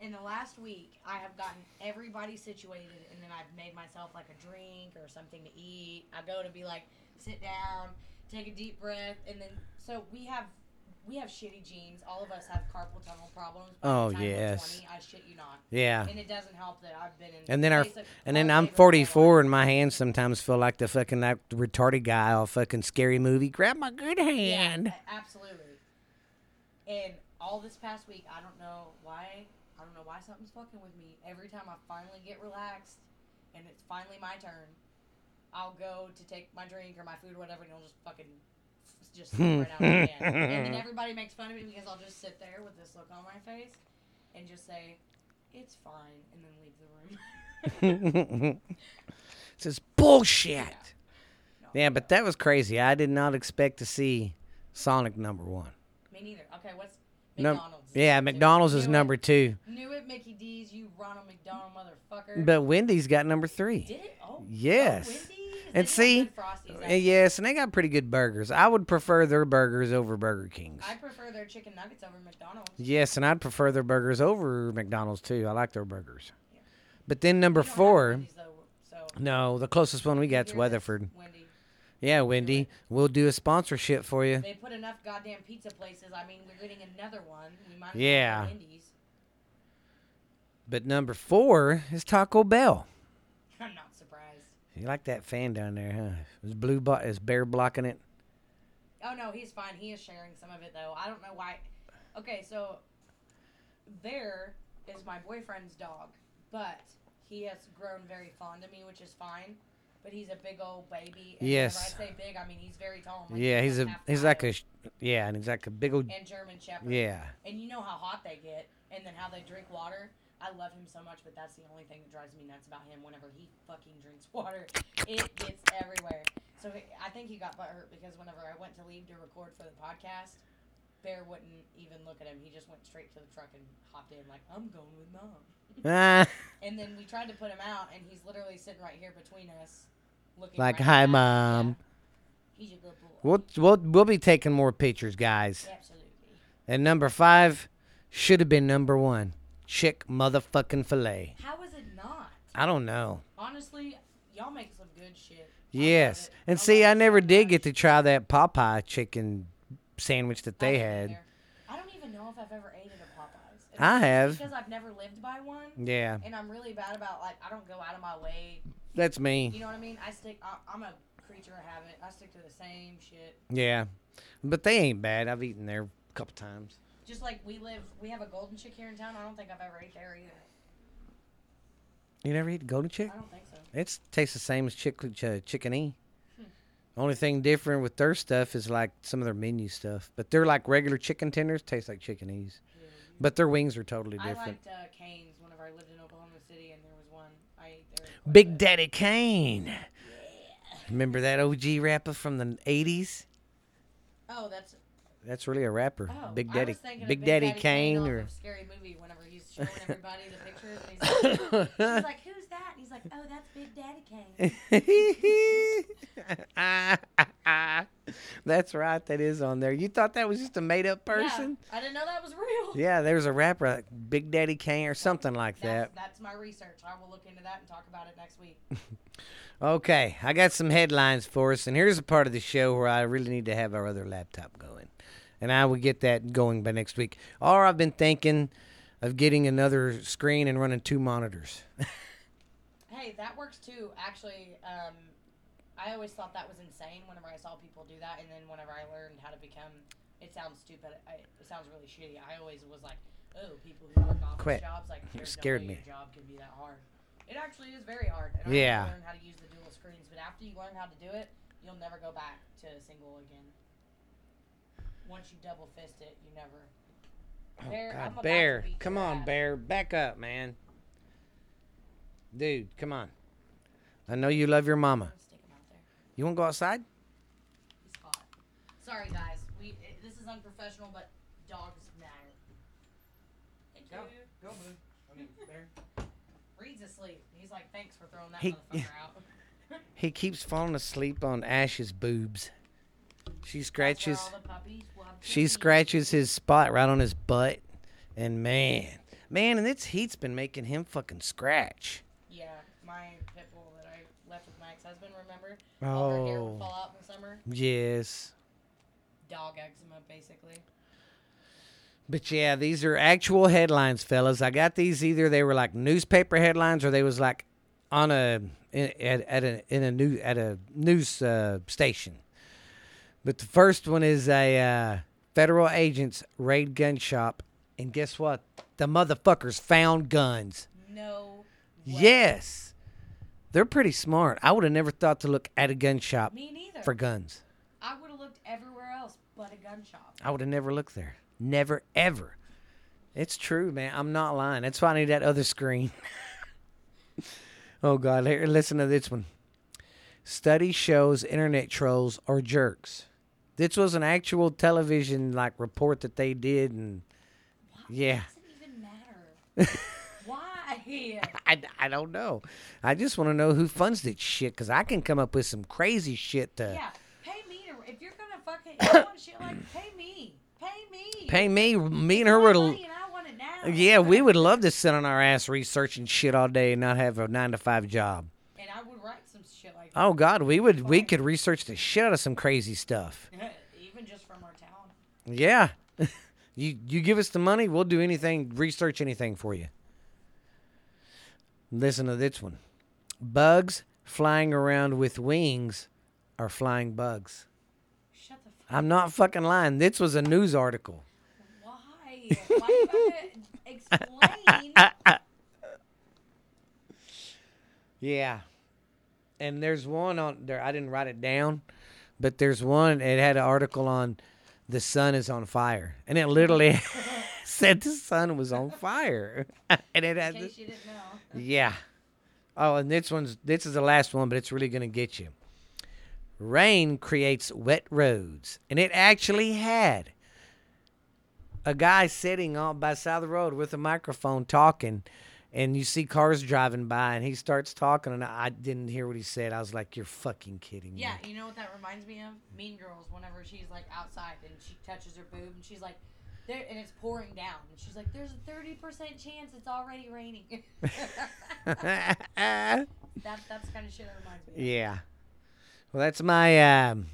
S1: in the last week I have gotten everybody situated, and then I've made myself like a drink or something to eat. I go to be like, sit down, take a deep breath, and then so we have we have shitty genes. All of us have carpal tunnel problems. By the
S2: Oh,
S1: time we're
S2: yes.
S1: 20, I shit you not.
S2: yeah.
S1: And it doesn't help that I've been in.
S2: And then our,
S1: basic
S2: and then
S1: hard
S2: I'm
S1: labor all my
S2: 44,
S1: life.
S2: and my hands sometimes feel like the fucking that retarded guy off fucking scary movie. Grab my good
S1: Yeah,
S2: hand.
S1: a- absolutely. And all this past week, I don't know why. I don't know why something's fucking with me. Every time I finally get relaxed, and it's finally my turn, I'll go to take my drink or my food or whatever, and it'll just fucking just slip right out of my hand. And
S2: *laughs*
S1: then everybody makes fun of me because I'll just sit there with this look on my face and just say, "It's fine," and then leave the room. *laughs*
S2: it's just bullshit. Yeah.
S1: No.
S2: but that was crazy. I did not expect to see Sonic number one.
S1: Me neither. Okay, what's
S2: Num-
S1: McDonald's?
S2: yeah,
S1: Dude,
S2: McDonald's is
S1: knew it.
S2: number two,
S1: Knew it, Mickey D's. You Ronald McDonald motherfucker.
S2: but Wendy's got number three.
S1: Did it? Oh,
S2: Yes.
S1: Oh, Wendy's. They
S2: And see-
S1: got good Frosties,
S2: Uh,
S1: actually.
S2: Yes, and they got pretty good burgers. I would prefer their burgers over Burger King's.
S1: I prefer their chicken nuggets over McDonald's.
S2: Yes, and I'd prefer their burgers over McDonald's too. I like their burgers.
S1: Yeah.
S2: But then number
S1: We don't have
S2: four,
S1: Wendy's, though, so
S2: no, the closest one we
S1: Here
S2: got
S1: it
S2: is
S1: is,
S2: Weatherford.
S1: Wendy.
S2: Yeah, Wendy, we'll do a sponsorship for you.
S1: They put enough goddamn pizza places. I mean, we're getting another one. We might as well go
S2: Yeah.
S1: Wendy's. *laughs*
S2: But number four is Taco Bell.
S1: I'm not surprised.
S2: You like that fan down there, huh? Is blue bo- is bear blocking it?
S1: Oh no, he's fine. He is sharing some of it though. I don't know why. Okay, so there is my boyfriend's dog, but he has grown very fond of me, which is fine. But he's a big old baby. And whenever
S2: Yes.
S1: I say big, I mean he's very tall. I'm
S2: yeah, he's a
S1: half
S2: he's
S1: my
S2: like
S1: height.
S2: a sh- yeah, and he's like a big old
S1: and German Shepherd.
S2: yeah.
S1: And you know how hot they get, and then how they drink water. I love him so much, but that's the only thing that drives me nuts about him. Whenever he fucking drinks *laughs* water, it gets everywhere. So he, I think he got butthurt because whenever I went to leave to record for the podcast, Bear wouldn't even look at him. He just went straight to the truck and hopped in like, "I'm going with mom."
S2: Ah,
S1: And then we tried to put him out, and he's literally sitting right here between us, looking
S2: like
S1: right
S2: hi
S1: at us."
S2: mom.
S1: Yeah. He's a good boy.
S2: *laughs* We'll we'll we'll be taking more pictures, guys.
S1: Absolutely.
S2: And number five should have been number one. Chick motherfucking fillet.
S1: How is it not?
S2: I don't know.
S1: Honestly, y'all make some good shit. I love
S2: Yes,
S1: it.
S2: and
S1: love
S2: see, I
S1: it
S2: never
S1: so
S2: did
S1: much.
S2: get to try that Popeye chicken sandwich that
S1: I
S2: they
S1: don't
S2: had.
S1: either. I don't even know if I've ever ate at a Popeyes. And
S2: I
S1: it's
S2: have.
S1: because I've never lived by one,
S2: Yeah,
S1: and I'm really bad about like I don't go out of my way.
S2: that's me.
S1: You know what I mean? I stick. I, I'm a creature of habit. I stick to the same shit.
S2: Yeah, but they ain't bad. I've eaten there a couple times.
S1: Just like we live, we have a Golden Chick here in town. I don't think I've ever ate there either.
S2: You never eat golden chick?
S1: I don't think so.
S2: *laughs* It tastes the same as chick- ch- chicken e. Only thing different with their stuff is like some of their menu stuff, but they're like regular chicken tenders. Taste like chicken e's, but their wings are totally
S1: I
S2: different.
S1: liked uh, Canes whenever I lived in Oklahoma City, and there was one I ate there. quite a
S2: Big
S1: bit.
S2: Daddy Kane. Remember that OG rapper from the '80s?
S1: Oh, that's
S2: That's really a rapper.
S1: Oh,
S2: Big
S1: I
S2: Daddy,
S1: was thinking
S2: Big,
S1: of
S2: Daddy,
S1: Kane
S2: Kane,
S1: off
S2: or
S1: of Scary Movie. Whenever he's showing everybody the pictures, and he's like,
S2: *laughs*
S1: *laughs* she's like, "Who's that?" And he's like, "Oh, that's Big Daddy Kane."
S2: That's right. That is on there. You thought that was just a made up person?
S1: Yeah, I didn't know that was real.
S2: Yeah, there's a rapper, like Big Daddy Kane, or something like
S1: That's,
S2: that.
S1: that's my research. I will look into that and talk about it next week.
S2: Okay, I got some headlines for us, and here's a part of the show where I really need to have our other laptop going, and I will get that going by next week. Or I've been thinking of getting another screen and running two monitors.
S1: Hey, that works too. Actually, um, I always thought that was insane whenever I saw people do that, and then whenever I learned how to become, it sounds stupid. I, it sounds really shitty. I always was like, "Oh, people who work office
S2: Quit.
S1: jobs
S2: *laughs*
S1: like there's no
S2: scared
S1: way
S2: me.
S1: Your job can be that hard." It actually is very hard. And I had to
S2: Yeah.
S1: learn how to use the dual screens, but after you learn how to do it, you'll never go back to single again. Once you double fist it, you never.
S2: Oh,
S1: Bear, I'm about
S2: God,
S1: to
S2: Bear,
S1: beat
S2: come
S1: your
S2: on,
S1: ass.
S2: Bear, back up, man. Dude, come on. I know you love your mama.
S1: I'm gonna stick 'em out there.
S2: You want to go outside?
S1: He's hot. Sorry guys, we it, this is unprofessional, but dogs matter. Thank you.
S3: Go. Go, Boo. I mean, there.
S1: Reed's asleep. He's like, thanks for throwing that
S2: He-
S1: motherfucker out.
S2: He keeps falling asleep on Ash's boobs. She scratches.
S1: That's where all the puppies will have
S2: She
S1: puppies.
S2: scratches his spot right on his butt, and man, man, and this heat's been making him fucking scratch.
S1: Yeah, my pit bull that I left with my ex-husband. Remember? All her hair
S2: Oh.
S1: would fall out in the summer.
S2: Yes,
S1: Dog eczema, basically.
S2: but yeah, these are actual headlines, fellas. I got these either they were like newspaper headlines or they was like on a in, at, at a in a new at a news uh, station. But the first one is a uh, federal agents raid gun shop, and guess what? The motherfuckers found guns.
S1: No. way.
S2: Yes. They're pretty smart. I would have never thought to look at a gun shop
S1: Me neither.
S2: for guns.
S1: I would have looked everywhere else but a gun shop.
S2: I would have never looked there. Never, ever. It's true, man. I'm not lying. That's why I need that other screen. *laughs* oh, God. Here, listen to this one. Study shows internet trolls are jerks. This was an actual television like report that they did, and
S1: Why
S2: Yeah. *laughs*
S1: does it even matter? Why? *laughs*
S2: I, I don't know. I just want to know who funds this shit because I can come up with some crazy shit to
S1: Yeah. Pay me to. If you're gonna fucking
S2: *coughs*
S1: if you want shit like, pay me. Pay me.
S2: pay me. Me and her
S1: My
S2: would
S1: money and I want it now.
S2: Yeah, we would love to sit on our ass researching shit all day and not have a nine to five job.
S1: And I would write some shit like
S2: Oh God, we would we could research the shit out of some crazy stuff.
S1: that. Even just from our town.
S2: Yeah. *laughs* you you give us the money, we'll do anything, research anything for you. Listen to this one. Bugs flying around with wings are flying bugs.
S1: Shut
S2: *laughs*
S1: the fuck
S2: I'm not fucking lying. This was a news article.
S1: Why? Why
S2: *laughs*
S1: do you have to explain?
S2: Yeah. And there's one on there. I didn't write it down, but there's one. It had an article on the sun is on fire, and it literally *laughs* said the sun was on fire, *laughs* and
S1: In
S2: it had
S1: case
S2: this,
S1: you didn't know.
S2: yeah. Oh, and this one's this is the last one, but it's really gonna get you. Rain creates wet roads, and it actually had a guy sitting on by the side of the road with a microphone talking, and you see cars driving by, and he starts talking, and I didn't hear what he said. I was like, "You're fucking kidding me!"
S1: Yeah, you know what that reminds me of? Mean Girls. Whenever she's like outside and she touches her boob and she's like, there, and it's pouring down, and she's like, "There's a thirty percent chance it's already raining." *laughs* that
S2: *laughs* Yeah.
S1: that's the kind of shit that reminds me. of.
S2: yeah. Well, that's my um,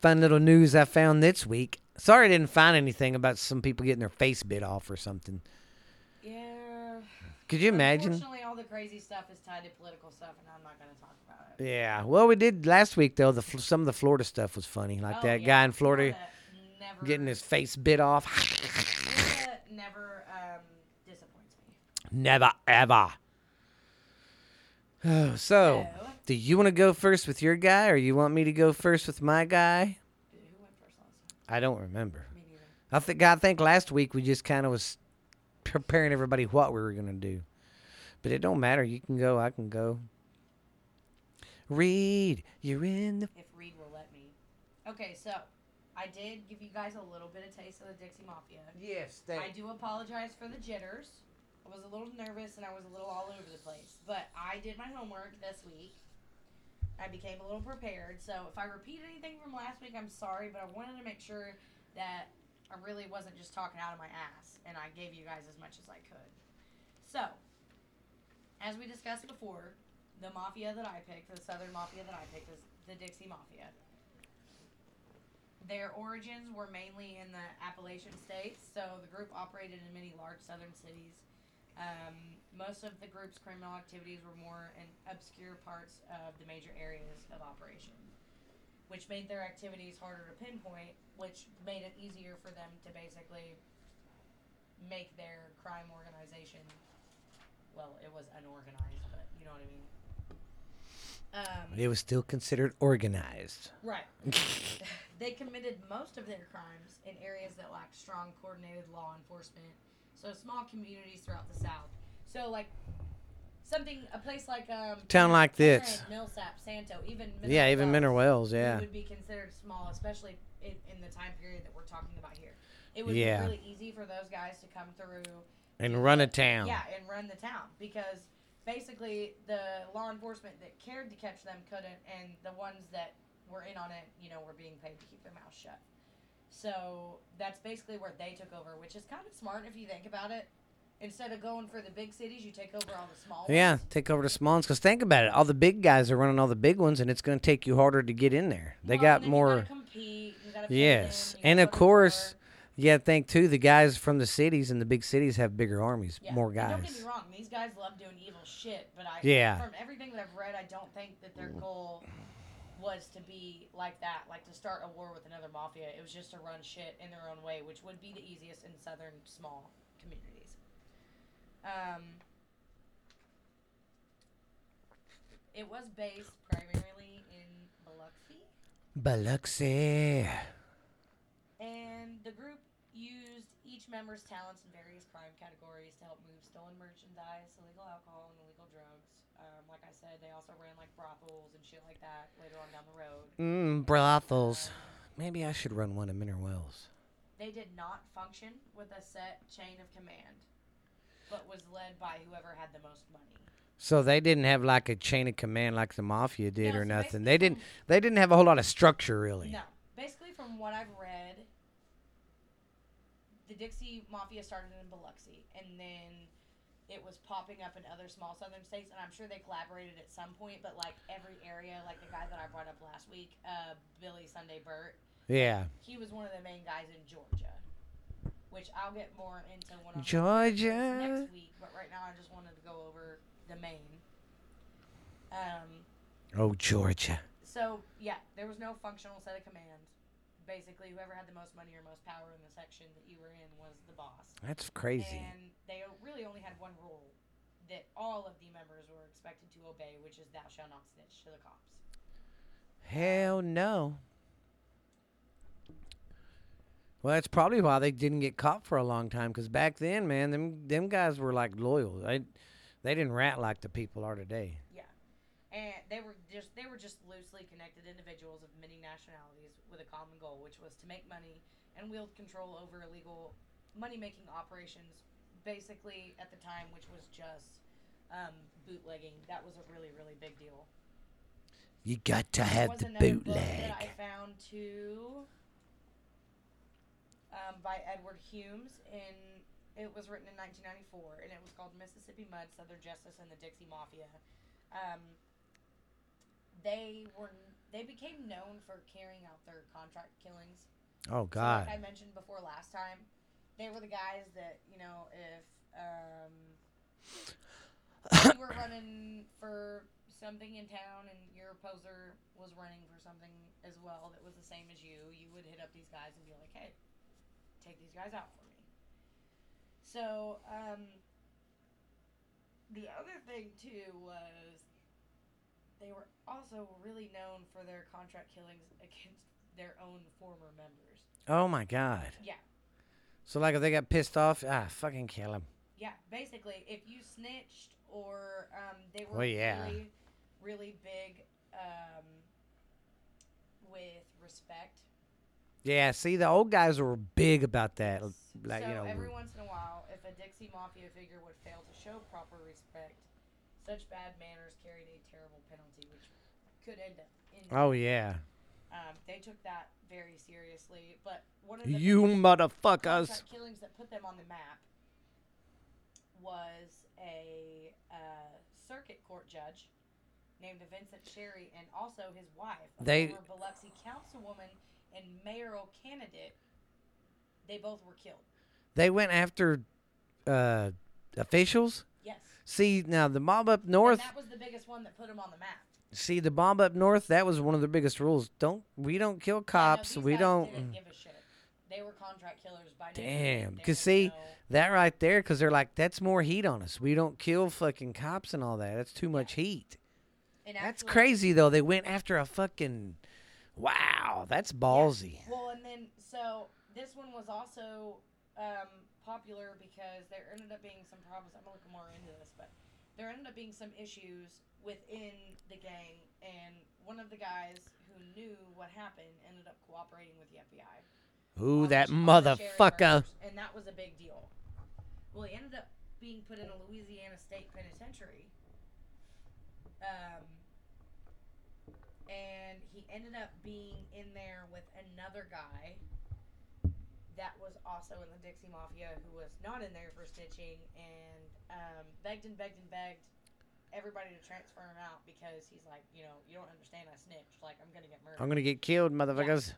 S2: fun little news I found this week. Sorry, I didn't find anything about some people getting their face bit off or something.
S1: Yeah.
S2: Could you imagine?
S1: Unfortunately, all the crazy stuff is tied to political stuff, and I'm not going to talk about it.
S2: Yeah. Well, we did last week though. The fl- some of the Florida stuff was funny, like
S1: Oh,
S2: that
S1: yeah,
S2: guy in Florida
S1: never,
S2: getting his face bit off. *laughs*
S1: Florida never um, disappoints me.
S2: Never ever. *sighs* Oh, so,
S1: So-
S2: do you want to go first with your guy, or you want me to go first with my guy?
S1: Dude, who went first last time?
S2: I don't remember.
S1: Me neither.
S2: I think I think last week we just kind of was preparing everybody what we were gonna do, but it don't matter. You can go. I can go. Reed, you're in the
S1: if Reed will let me. Okay, so I did give you guys a little bit of taste of the Dixie Mafia.
S2: yes.
S1: I do apologize for the jitters. I was a little nervous and I was a little all over the place, but I did my homework this week. I became a little prepared, so if I repeat anything from last week, I'm sorry, but I wanted to make sure that I really wasn't just talking out of my ass, and I gave you guys as much as I could. So, as we discussed before, the mafia that I picked, the Southern mafia that I picked, is the Dixie Mafia. Their origins were mainly in the Appalachian states, so the group operated in many large southern cities. Um, most of the group's criminal activities were more in obscure parts of the major areas of operation, which made their activities harder to pinpoint, which made it easier for them to basically make their crime organization. Well, it was unorganized, but you know what I mean. Um,
S2: It was still considered organized.
S1: right. *laughs* they committed most of their crimes in areas that lack strong coordinated law enforcement. So small communities throughout the South. So like something, a place like um,
S2: Town like
S1: Tarrant,
S2: this.
S1: Millsap, Santo, even
S2: yeah, even
S1: Wells.
S2: Minor Wells.
S1: it
S2: Yeah.
S1: would be considered small, especially in, in the time period that we're talking about here. It would
S2: Yeah.
S1: be really easy for those guys to come through,
S2: And run a town.
S1: yeah, and run the town because basically the law enforcement that cared to catch them couldn't, and the ones that were in on it, you know, were being paid to keep their mouths shut. So that's basically where they took over, which is kind of smart if you think about it. Instead of going for the big cities, you take over all the small
S2: Yeah,
S1: ones.
S2: take over the small ones. Because think about it, all the big guys are running all the big ones, and it's going to take you harder to get in there. They
S1: Well,
S2: got
S1: and then you
S2: more.
S1: gotta compete, you gotta fit in,
S2: Yes,
S1: you
S2: and
S1: gotta
S2: of
S1: go to
S2: course,
S1: war.
S2: yeah. I Think too, the guys from the cities and the big cities have bigger armies,
S1: Yeah.
S2: more
S1: and
S2: guys.
S1: Don't get me wrong; these guys love doing evil shit, but I
S2: Yeah.
S1: from everything that I've read, I don't think that their goal was to be like that, like to start a war with another mafia. It was just to run shit in their own way, which would be the easiest in southern small communities. Um, it was based primarily in Biloxi.
S2: Biloxi.
S1: And the group used each member's talents in various crime categories to help move stolen merchandise, illegal alcohol, and illegal drugs. Um, like I said, they also ran like brothels and shit like that later on down the road.
S2: Mm, brothels. Maybe I should run one in Mineral Wells.
S1: They did not function with a set chain of command, but was led by whoever had the most money.
S2: So they didn't have like a chain of command like the mafia did
S1: No,
S2: or
S1: so
S2: nothing.
S1: basically
S2: They didn't. They didn't have a whole lot of structure really.
S1: No. Basically, from what I've read, the Dixie Mafia started in Biloxi, and then it was popping up in other small southern states, and I'm sure they collaborated at some point, but like every area, like the guy that I brought up last week, uh, Billy Sunday Burt,
S2: Yeah.
S1: he was one of the main guys in Georgia, which I'll get more into one of
S2: Georgia.
S1: next week, but right now I just wanted to go over the main. Um,
S2: Oh Georgia.
S1: so yeah, there was no functional set of commands. Basically, whoever had the most money or most power in the section that you were in was the boss.
S2: That's crazy.
S1: And they o- really only had one rule that all of the members were expected to obey, which is "Thou shalt not snitch to the cops."
S2: Hell no. Well, that's probably why they didn't get caught for a long time. Cause back then, man, them them guys were like loyal. They they didn't rat like the people are today.
S1: And they were just they were just loosely connected individuals of many nationalities with a common goal, which was to make money and wield control over illegal money making operations. Basically, at the time, which was just um, bootlegging. That was a really really big deal.
S2: You got to
S1: There
S2: have
S1: was
S2: the
S1: another book
S2: bootleg.
S1: that I found too um, by Edward Humes in it was written in 1994 and it was called Mississippi Mud Southern Justice and the Dixie Mafia. Um, they were they became known for carrying out their contract killings
S2: Oh
S1: so like
S2: God.
S1: I mentioned before last time, they were the guys that you know if um,
S2: *coughs*
S1: you were running for something in town and your opposer was running for something as well that was the same as you, you would hit up these guys and be like, hey, take these guys out for me. So um, the other thing too was they were also really known for their contract killings against their own former members.
S2: Oh my God.
S1: Yeah,
S2: So like if they got pissed off, ah, fucking kill them.
S1: yeah. Basically, if you snitched or um, they were
S2: Well, yeah.
S1: really, really big um, with respect.
S2: Yeah. See, the old guys were big about that. Like
S1: so
S2: you know.
S1: every once in a while, if a Dixie Mafia figure would fail to show proper respect, such bad manners carried a terrible penalty, which could end up. In,
S2: Oh yeah.
S1: um, they took that very seriously, but one of the
S2: You motherfuckers.
S1: contract killings that put them on the map was a uh, circuit court judge named Vincent Sherry and also his wife, a
S2: They-
S1: former Biloxi councilwoman and mayoral candidate. They both were killed.
S2: They went after uh, officials.
S1: Yes.
S2: See now the mob up
S1: And
S2: north.
S1: that was the biggest one that put them on the map.
S2: See the mob up north. That was one of the biggest rules. Don't we don't kill
S1: Yeah, no,
S2: cops.
S1: these
S2: we
S1: guys
S2: don't. mm.
S1: Didn't give a shit. They were contract killers by nature.
S2: Damn,
S1: There
S2: 'cause
S1: was
S2: see,
S1: no-
S2: That right there, because they're like, that's more heat on us. We don't kill fucking cops and all that. That's too much heat.
S1: And
S2: That's
S1: actually-
S2: crazy though. They went after a fucking wow. That's ballsy.
S1: Well, and then so this one was also um, popular because there ended up being some problems. I'm gonna look more into this, but there ended up being some issues within the gang, and one of the guys who knew what happened ended up cooperating with the FBI.
S2: Ooh,
S1: on the
S2: that
S1: sh- on the shared
S2: motherfucker.
S1: murders, and that was a big deal. Well, he ended up being put in a Louisiana state penitentiary. Um, and he ended up being in there with another guy that was also in the Dixie Mafia who was not in there for stitching and um, begged and begged and begged everybody to transfer him out because he's like, you know, you don't understand. I snitched. Like, I'm going to get murdered
S2: I'm gonna get killed, motherfuckers.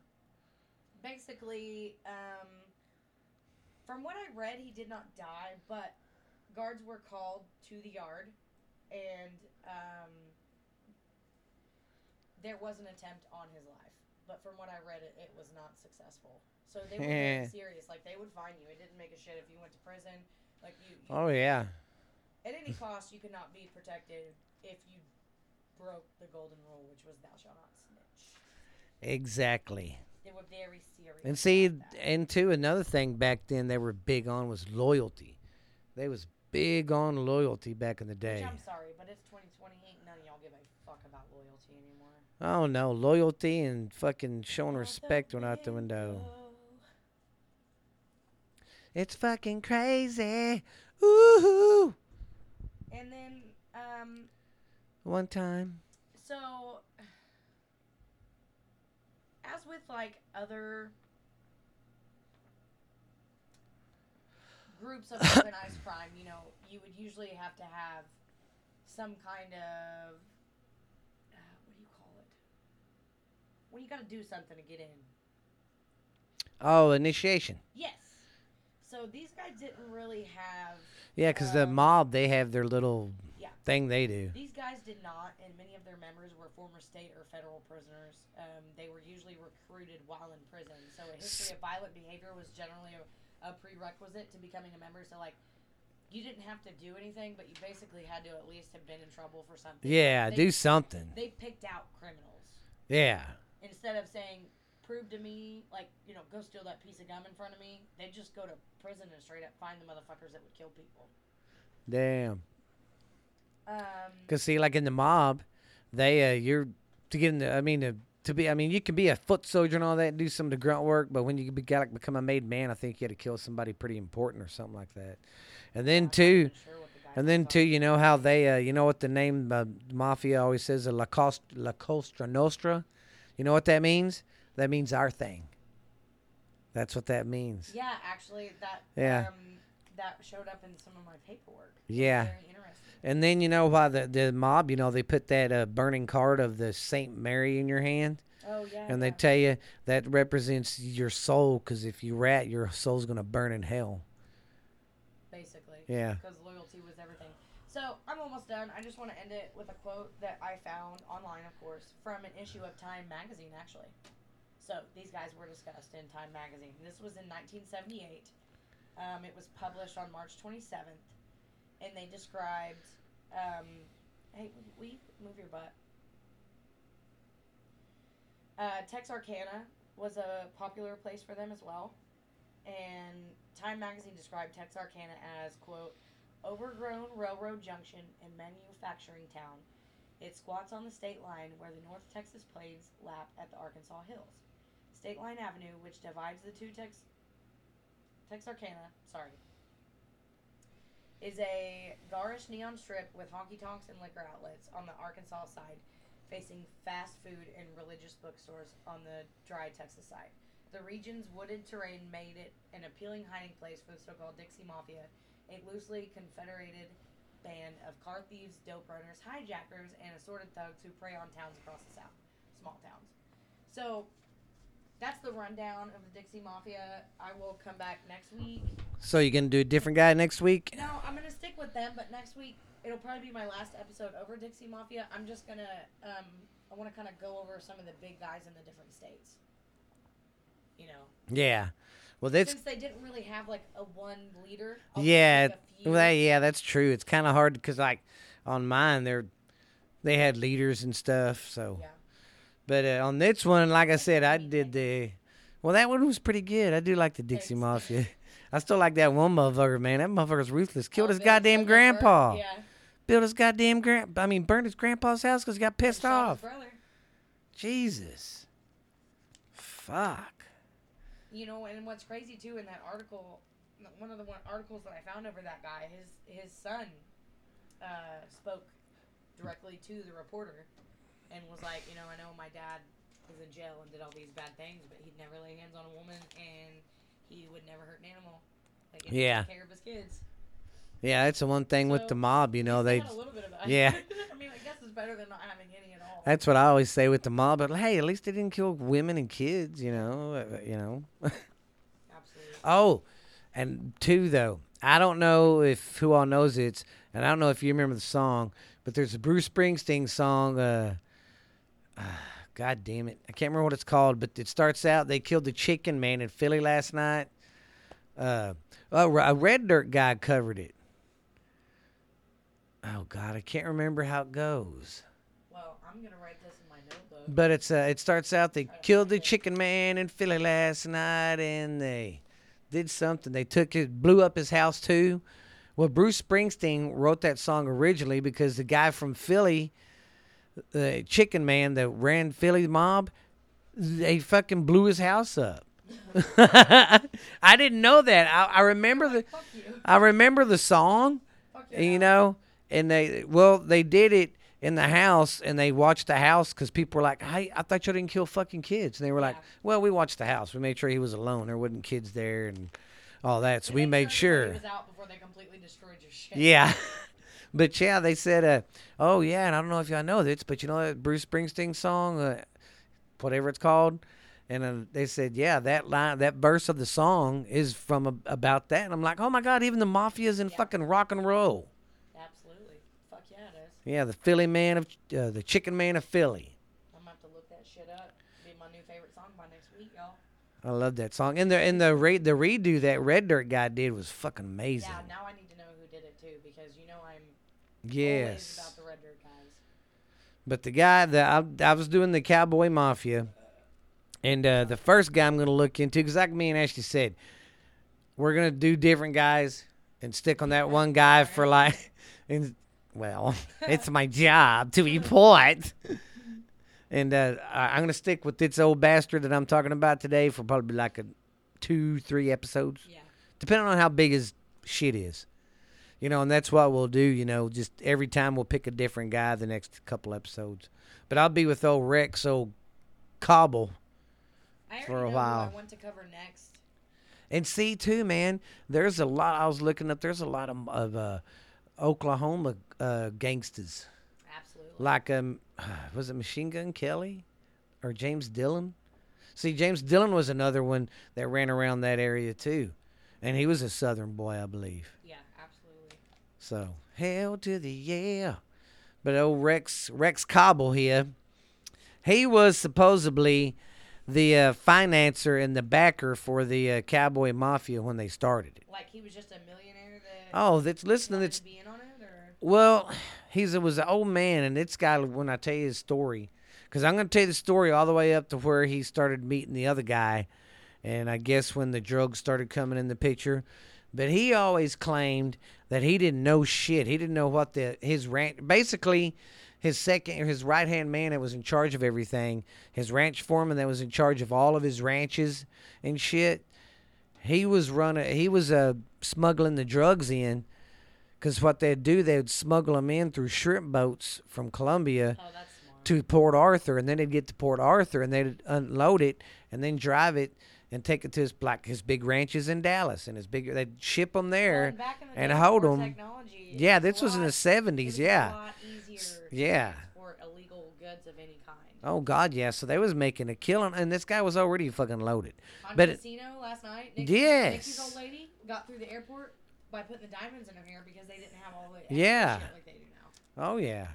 S1: basically, um, from what I read, he did not die, but guards were called to the yard, and um, there was an attempt on his life. But from what I read, it, it was not successful. So they were
S2: *laughs*
S1: very serious. Like they would find you. It didn't make a shit if you went to prison. Like you, you
S2: Oh yeah. Oh.
S1: at any cost, you could not be protected if you broke the golden rule, which was thou shalt not snitch.
S2: Exactly.
S1: They were very serious.
S2: And see,
S1: about that.
S2: and too, another thing back then they were big on was loyalty. They was big on loyalty back in the
S1: Which
S2: day.
S1: I'm sorry, but it's 2020. Ain't none of y'all give a fuck about loyalty anymore.
S2: Oh no, loyalty and fucking showing respect went out the window. It's fucking crazy. Ooh.
S1: And then, um,
S2: One time.
S1: so as with like other groups
S2: *coughs*
S1: of organized crime, you know, you would usually have to have some kind of uh, what do you call it? When you got to do something to get in.
S2: Oh, initiation.
S1: Yes. So these guys didn't really have.
S2: Yeah, 'cause the
S1: Um,
S2: mob they have their little
S1: Yeah.
S2: thing they do.
S1: These guys did not, and many of their members were former state or federal prisoners. Um, they were usually recruited while in prison, so a history of violent behavior was generally a, a prerequisite to becoming a member. So like, you didn't have to do anything, but you basically had to at least have been in trouble for something.
S2: Yeah,
S1: They-
S2: do something.
S1: They picked out criminals
S2: Yeah.
S1: instead of saying, "Prove to me, like you know, go steal that piece of gum in front of me." They just go to prison and straight up find the motherfuckers that would kill people.
S2: Damn.
S1: Um,
S2: Cause see, like in the mob, they uh, you're to get in the. I mean, to, to be. I mean, you can be a foot soldier and all that, and do some of the grunt work. But when you be, like become a made man, I think you had to kill somebody pretty important or something like that. And then too, and then too, you know how they. Uh, you know what the name uh, mafia always says, uh, la cost la Costa Nostra. You know what that means? That means our thing. That's what that means.
S1: Yeah, actually, that
S2: Yeah.
S1: um, that showed up in some of my paperwork. It was
S2: Yeah.
S1: very interesting.
S2: And then you know why the the mob, you know, they put that uh, burning card of the Saint Mary in your hand.
S1: Oh yeah.
S2: and they
S1: yeah.
S2: tell you that represents your soul because if you rat your soul's gonna burn in hell
S1: basically.
S2: Yeah.
S1: Because loyalty was everything. So I'm almost done. I just want to end it with a quote that I found online, of course, from an issue of Time magazine, actually. So these guys were discussed in Time magazine. This was in 1978. Um, it was published on March 27th, and they described. Um, hey, will you move your butt? Uh, Texarkana was a popular place for them as well and Time magazine described Texarkana as quote overgrown railroad junction and manufacturing town. It squats on the state line where the North Texas plains lap at the Arkansas hills. State Line Avenue, which divides the two Tex Texarkana, sorry, is a garish neon strip with honky tonks and liquor outlets on the Arkansas side, facing fast food and religious bookstores on the dry Texas side. The region's wooded terrain made it an appealing hiding place for the so called Dixie Mafia, a loosely confederated band of car thieves, dope runners, hijackers, and assorted thugs who prey on towns across the South, small towns. So that's the rundown of the Dixie Mafia. I will come back next week.
S2: so you're gonna do a different guy next week
S1: No, I'm gonna stick with them, but next week it'll probably be my last episode over Dixie Mafia. I'm just gonna um I wanna kinda go over some of the big guys in the different states. You know.
S2: yeah well that's
S1: Since they didn't really have like a one leader. I'll just
S2: yeah
S1: pick a few.
S2: well, yeah that's true it's kind of hard because like on mine they're They had leaders and stuff. So,
S1: Yeah.
S2: but uh, on this one, like I said, I did the. Well, that one was pretty good. I do like the Dixie
S1: Thanks.
S2: Mafia. I still like that one motherfucker, man. That motherfucker's ruthless. Killed
S1: Oh,
S2: his
S1: Bill
S2: goddamn
S1: Clinton
S2: grandpa.
S1: Burke, Yeah.
S2: Built his goddamn grand. I mean, burned his grandpa's house because he got pissed
S1: Shot his
S2: off.
S1: brother.
S2: Jesus. Fuck.
S1: You know, and what's crazy too in that article, one of the one articles that I found over that guy, his his son uh, spoke directly to the reporter and was like, you know, I know my dad was in jail and did all these bad things, but he'd never lay hands on a woman and he would never hurt an animal. Like, and he
S2: Yeah.
S1: took care of his kids.
S2: Yeah, that's the one thing with
S1: So,
S2: the mob. You know, they.
S1: Had a *laughs* little bit of it.
S2: yeah. Uh,
S1: I mean, I guess it's better than not having any at all.
S2: That's what I always say with the mob. But hey, at least they didn't kill women and kids. You know. uh, You know.
S1: Absolutely.
S2: Oh, and two though. I don't know if who all knows it, and I don't know if you remember the song, but there's a Bruce Springsteen song. Uh, ah, God damn it, I can't remember what it's called, but it starts out they killed the chicken man in Philly last night. Uh, oh, a Red Dirt guy covered it. Oh God, I can't remember how it goes.
S1: Well, I'm going to write this in my notebook.
S2: But it's uh, it starts out they
S1: I don't
S2: killed the
S1: like it.
S2: chicken man in Philly last night, and they did something. They took it, blew up his house too. Well, Bruce Springsteen wrote that song originally because the guy from Philly, the chicken man that ran Philly mob, they fucking blew his house up. *laughs* I didn't know that. I, I remember the
S1: Fuck you.
S2: I remember the song
S1: Fuck your
S2: you
S1: house.
S2: know and they well they did it in the house and they watched the house because people were like hey i thought you didn't kill fucking kids and they were like
S1: Yeah.
S2: well we watched the house we made sure he was alone there wasn't kids there and all that so
S1: They
S2: we made
S1: everybody
S2: sure
S1: was out before they completely destroyed your shit.
S2: yeah *laughs* but yeah they said uh, oh yeah and i don't know if y'all know this but you know that bruce springsteen song uh, whatever it's called and uh, they said yeah that line that verse of the song is from a, about that and i'm like oh my god even the mafia's in
S1: Yeah.
S2: fucking rock and roll
S1: Absolutely. Fuck yeah, it is.
S2: Yeah, the Philly man of uh, the chicken man of Philly.
S1: I'm gonna have to look that shit up. Be my new favorite song by next week, y'all.
S2: I love that song. And the and the re- the redo that Red Dirt guy did was fucking amazing.
S1: Yeah, now I need to know who did it too, because you know I'm always
S2: yes.
S1: about the red dirt guys.
S2: But the guy that I, I was doing the Cowboy Mafia, and uh, the first guy I'm going to look into because like me and Ashley said, we're going to do different guys and stick on that one guy for like, *laughs* and well, *laughs* it's my job to report. And uh, I- I'm going to stick with this old bastard that I'm talking about today for probably like a two, three episodes
S1: Yeah.
S2: depending on how big his shit is. You know, and that's what we'll do, you know, just every time we'll pick a different guy the next couple episodes. But I'll be with old Rex, old Cobble.
S1: I already
S2: For a
S1: know
S2: while.
S1: who I want to cover next.
S2: And see, too, man, there's a lot, I was looking up, there's a lot of, of uh, Oklahoma uh, gangsters.
S1: Absolutely.
S2: Like, um, *sighs* was it Machine Gun Kelly or James Dillon? See, James Dillon was another one that ran around that area, too. And he was a southern boy, I believe.
S1: Yeah, absolutely.
S2: So hell to the yeah. But old Rex Rex Cobble here, he was supposedly the uh, financier and the backer for the uh, Cowboy Mafia when they started it.
S1: Like he was just a millionaire that
S2: Oh, that's listening.
S1: wanted
S2: That's
S1: to be in on it,
S2: *laughs*
S1: or
S2: well, he's it was an old man, and this guy when I tell you his story, because I'm gonna tell you the story all the way up to where he started meeting the other guy, and I guess when the drugs started coming in the picture, but he always claimed that he didn't know shit. He didn't know what the his ranch basically. His second, his right hand man that was in charge of everything, his ranch foreman that was in charge of all of his ranches and shit. He was running. He was uh, smuggling the drugs in, because what they'd do, they'd smuggle them in through shrimp boats from Colombia
S1: oh, that's smart.
S2: to Port Arthur, and then they'd get to Port Arthur and they'd unload it and then drive it and take it to his like his big ranches in Dallas and his big they'd ship them
S1: Well,
S2: there.
S1: and back in the
S2: and
S1: day
S2: hold
S1: before
S2: 'em.
S1: Technology, it
S2: yeah,
S1: a
S2: this was in the
S1: lot- it
S2: seventies.
S1: was A
S2: Yeah,
S1: lot easier
S2: yeah.
S1: to transport illegal goods of any kind.
S2: Oh God, yeah. So they was making a killing, and this guy was already fucking loaded.
S1: on
S2: But it-
S1: casino last night. Nikki,
S2: Yes.
S1: Nikki's old lady got through the airport by putting the diamonds in her hair because they didn't have all the extra
S2: Yeah.
S1: shit like they do now.
S2: Oh yeah.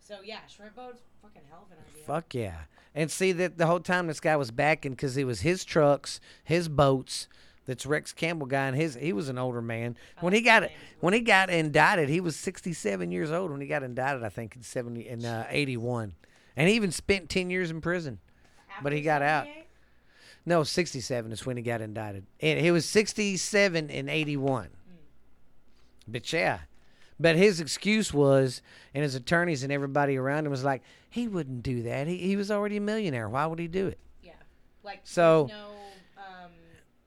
S1: So yeah, shrimp boats, fucking hell of an idea.
S2: Fuck yeah. And see that the whole time this guy was backing because it was his trucks, his boats That's Rex Campbell guy, and his he was an older man
S1: I
S2: when
S1: like
S2: he got
S1: his name.
S2: when he got indicted. He was sixty seven years old when he got indicted. I think in seventy in uh, eighty one, and he even spent ten years in prison. But he
S1: After
S2: got out.
S1: 78?
S2: No, sixty seven is when he got indicted, and he was sixty seven in eighty one. But yeah, but his excuse was, and his attorneys and everybody around him was like, he wouldn't do that. He he was already a millionaire. Why would he do it?
S1: Yeah. Like
S2: So-
S1: so no um,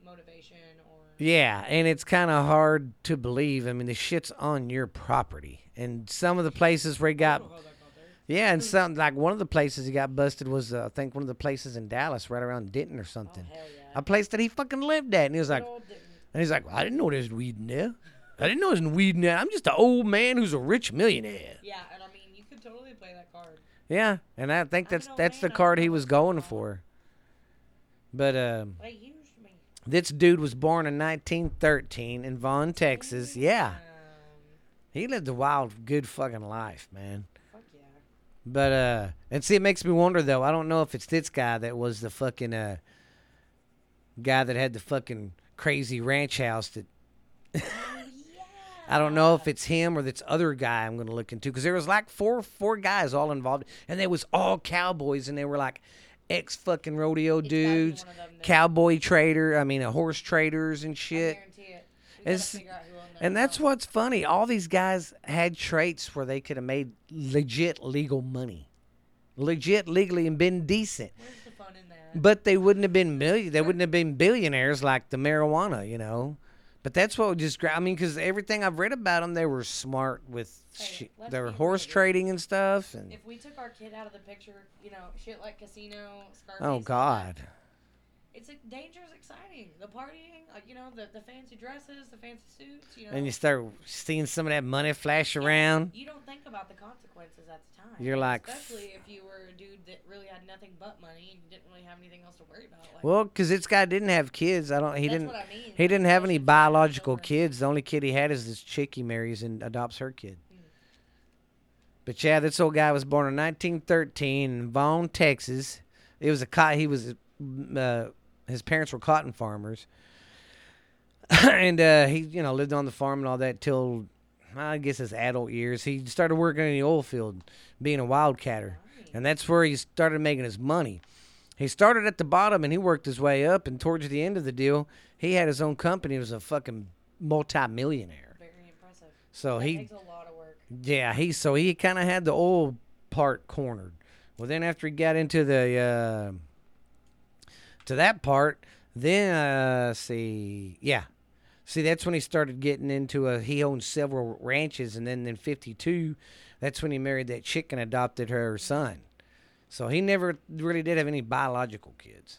S1: motivation or
S2: Yeah, and it's kind of hard to believe. I mean, the shit's on your property, and some of the places where he got,
S3: Hold that out there.
S2: yeah, and some like one of the places he got busted was uh, I think one of the places in Dallas, right around Denton or
S1: oh
S2: something,
S1: hell yeah.
S2: a place that he fucking lived at, and he was like,
S1: Good old Denton.
S2: and he's like, I didn't know there's weed in there. I didn't know there's weed in there. I'm just an old man who's a rich millionaire.
S1: yeah, and I mean you could totally play that card.
S2: Yeah, and I think
S1: I'm
S2: that's
S1: an old
S2: that's the
S1: man, I
S2: card
S1: don't
S2: he
S1: know
S2: was
S1: what's going
S2: going
S1: on.
S2: for. But um,
S1: They used me.
S2: this dude was born in 1913 in Vaughn, Texas. Yeah.
S1: Um,
S2: He lived a wild, good fucking life, man.
S1: fuck yeah.
S2: But uh, and see, it makes me wonder though. I don't know if it's this guy that was the fucking uh guy that had the fucking crazy ranch house. That
S1: Oh, yeah.
S2: I don't know if it's him or this other guy. I'm gonna look into because there was like four four guys all involved, and they was all cowboys, and they were like ex fucking rodeo
S1: gotta be one
S2: dudes,
S1: of them that-
S2: cowboy trader. I mean, uh, horse traders and
S1: I
S2: shit.
S1: guarantee it. We gotta
S2: It's-
S1: figure out who owned that
S2: And that's
S1: house.
S2: what's funny. All these guys had traits where they could have made legit legal money, legit legally, and been decent.
S1: Where's the fun in that?
S2: But they wouldn't have been million. They wouldn't have been billionaires like the marijuana, you know. But that's what would just. gra- I mean, because everything I've read about them, they were smart with
S1: Hey,
S2: shit.
S1: let's
S2: They
S1: be
S2: were
S1: real,
S2: horse
S1: dude.
S2: trading and stuff. And
S1: if we took our kid out of the picture, you know, shit like Casino, Scarface.
S2: oh
S1: all that,
S2: God,
S1: It's like dangerous, exciting. The partying, like, you know, the, the fancy dresses, the fancy suits, you know.
S2: and you start seeing some of that money flash around.
S1: You don't think about the consequences at the time.
S2: You're like,
S1: especially if you were a dude that really had nothing but money and you didn't really have anything else to worry about. Like,
S2: Well, because this guy didn't have kids. I don't. He
S1: that's
S2: didn't.
S1: What I mean.
S2: He didn't have
S1: That
S2: any
S1: shit's not
S2: biological
S1: over.
S2: kids. The only kid he had is this chick he marries and adopts her kid.
S1: Mm.
S2: But yeah, this old guy was born in 1913 in Vaughn, Texas. It was a cot. He was uh, his parents were cotton farmers, *coughs* and uh, he you know lived on the farm and all that till I guess his adult years. He started working in the oil field, being a wildcatter, and that's where he started making his money. He started at the bottom and he worked his way up. And towards the end of the deal, he had his own company. He was a fucking multimillionaire.
S1: Very impressive.
S2: So
S1: that
S2: he,
S1: takes a lot of work.
S2: yeah, he so he kind of had the old part cornered. Well, then after he got into the uh, to that part, then uh, see, yeah, see that's when he started getting into a. He owned several ranches, and then in '52, that's when he married that chick and adopted her son. So he never really did have any biological kids